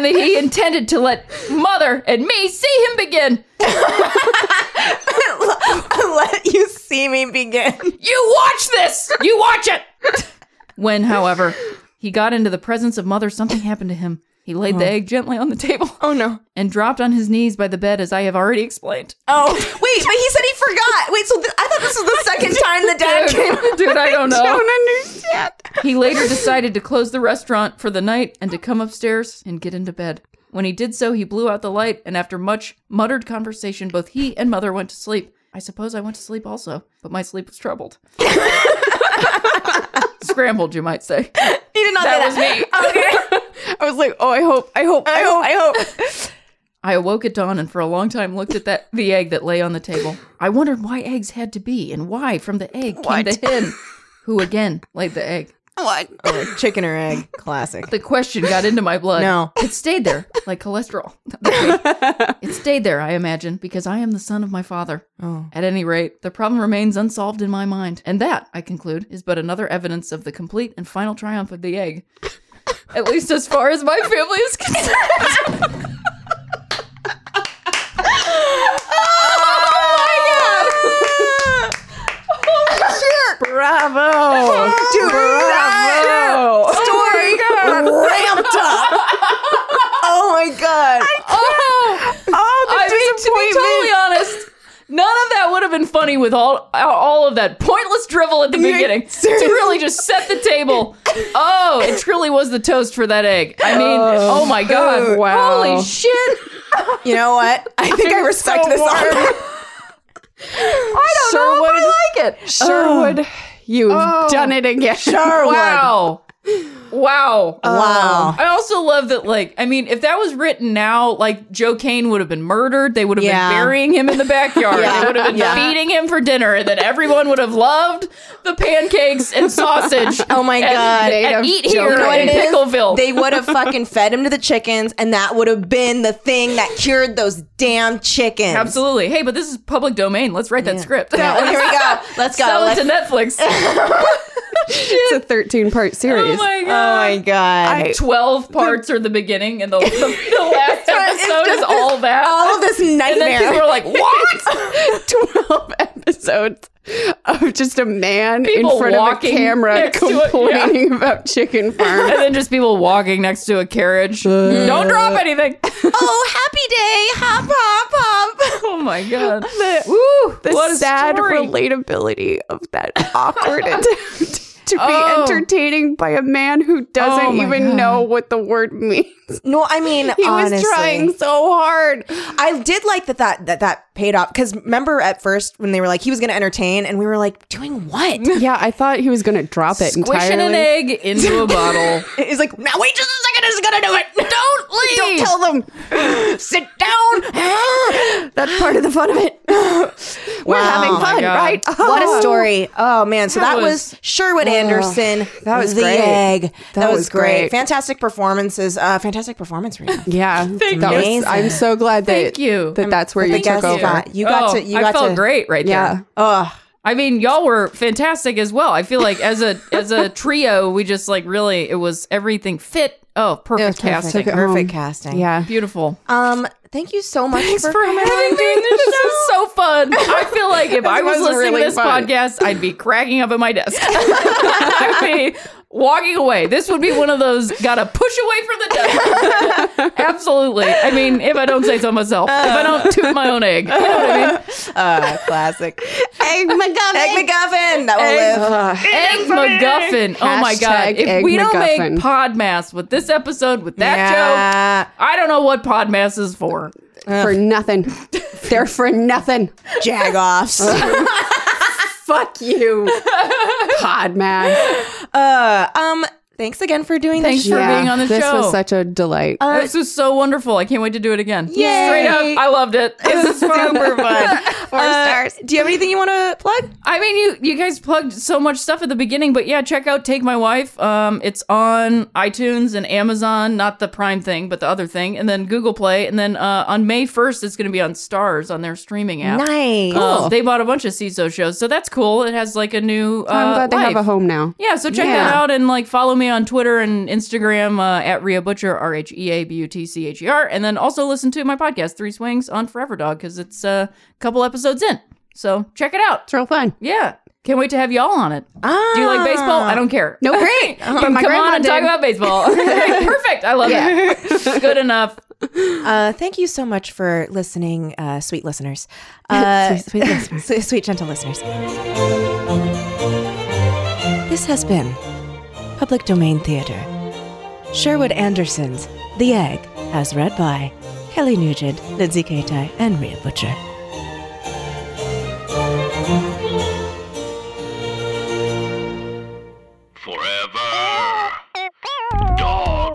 that he intended to let mother and me see him begin. Let you see me begin. You watch this! You watch it! when, however, he got into the presence of mother, something happened to him. He laid the egg gently on the table Oh no. and dropped on his knees by the bed, as I have already explained. Oh wait, but he said he forgot. Wait, so th- I thought this was the second time the dad came. Dude, I don't know. understand. He later decided to close the restaurant for the night and to come upstairs and get into bed. When he did so, he blew out the light, and after much muttered conversation, both he and mother went to sleep. I suppose I went to sleep also, but my sleep was troubled. Scrambled, you might say. He did not That say was me. I was like, oh, I hope, I hope, I hope. I hope. I awoke at dawn and for a long time looked at that the egg that lay on the table. I wondered why eggs had to be and why from the egg came the hen, who again laid the egg. What? Oh, chicken or egg, classic. The question got into my blood. No. It stayed there, like cholesterol. it stayed there, I imagine, because I am the son of my father. Oh. At any rate, the problem remains unsolved in my mind. And that, I conclude, is but another evidence of the complete and final triumph of the egg. At least as far as my family is concerned. Bravo. Oh Dude, bravo. Story ramped up. Oh my god. oh! oh, the I mean, to be totally honest, none of that would have been funny with all all of that pointless drivel at the beginning to seriously. really just set the table. Oh, it truly was the toast for that egg. I mean, oh, my god, Wow. holy shit! you know what? I think I respect this arm. I don't know if I like it. Sherwood, you've done it again. Sherwood. Oh, Wow. Wow. Wow. I also love that, like, I mean, if that was written now, like, Joe Kane would have been murdered. They would have Yeah. been burying him in the backyard. Yeah. They would have been Yeah. feeding him for dinner. And then everyone would have loved the pancakes and sausage. Oh my and- God. And, eat Joe here You know what in it is? Pickleville. They would have fucking fed him to the chickens, and that would have been the thing that cured those damn chickens. Absolutely. Hey, but this is public domain. Let's write that script. Yeah, here we go. Let's go. Sell Let's- it to Netflix. It's a 13 part oh series. my oh god. my god. 12 parts are the beginning, and the, the, the last It's episode just is all this- that. All of this and then people nightmare. are like, what? 12 episodes of just a man People in front of a walking camera next to it, complaining about chicken farm. and then just people walking next to a carriage. Don't drop anything. Uh. oh, happy day. Hop, hop, hop. Oh my god. the, the what a sad story. relatability of that awkward attempt to be Oh. entertaining by a man who doesn't Oh my even God. know what the word means. No, I mean, He honestly. was trying so hard. I did like that that that, that paid off because remember at first when they were like he was going to entertain and we were like doing what? Yeah, I thought he was going to drop it Squishing an egg into a bottle. He's like now wait just a second he's going to do it. Don't Don't leave. tell them. Sit down. That's part of the fun of it. We're Wow. having Oh my fun, God. right? what a story! Oh man, so that, That was, was- Sherwood Anderson. that was the great. egg. That, That was, was great. great. Fantastic performances. Uh, fantastic performance. Rita. Yeah, Thank that was- you. I'm so glad that Thank you. that that's where you Thank you took guys over. got- you got Oh, to. You I got felt to. great right Yeah. there. I mean, y'all were fantastic as well. I feel like as a as a trio, we just like really it was everything fit. Oh, It was perfect perfect. casting. Perfect casting. Yeah. Beautiful. Um. Thank you so much Thanks for, for, coming. having me. This is so fun. I feel like if I was, was listening really to this fun. podcast, I'd be cracking up at my desk. I'd be walking away. This would be one of those gotta push away from the desk. Absolutely. I mean, if I don't say so myself, if I don't toot my own egg, you know what I mean? Uh, classic. Egg McGuffin. Egg McGuffin. That will live. Egg MacGuffin. Oh my god! Hashtag egg If we don't MacGuffin. make Podmas with this episode, with that Yeah. joke, I don't know what Podmas is for. for nothing. They're for nothing. Jagoffs. Fuck you, Podman. uh, um. Thanks again for doing Thanks this. for being on the this show. Uh, was such a delight. this was so wonderful. I can't wait to do it again. Yay. Straight up, I loved it. This is super fun. Four stars. Uh, Do you have anything you want to plug? I mean, you you guys plugged so much stuff at the beginning, but yeah, check out Take My Wife. Um, it's on iTunes and Amazon, not the Prime thing, but the other thing, and then Google Play, and then uh, on May first, it's going to be on Stars on their streaming app. Nice. Um, they bought a bunch of CISO shows, so that's cool. It has like a new. Uh, I'm glad they have life. a home now. Yeah, so check that out and like follow me on Twitter and Instagram uh, at Rhea Butcher R H E A B U T C H E R, and then also listen to my podcast Three Swings on Forever Dog because it's uh, a couple episodes in. So check it out. It's real fun. Yeah, can't wait to have y'all on it. Do you like baseball? I don't care. Ah. No, great. You can my come on grandma and did. talk about baseball. Perfect. I love it. Good enough. Uh, thank you so much for listening, uh, sweet listeners. Uh, sweet, sweet listeners. sweet, gentle listeners. This has been Public Domain Theater. Sherwood Anderson's The Egg, as read by Kelly Nugent, Lindsay Kaitai, and Rhea Butcher. Forever. Dog.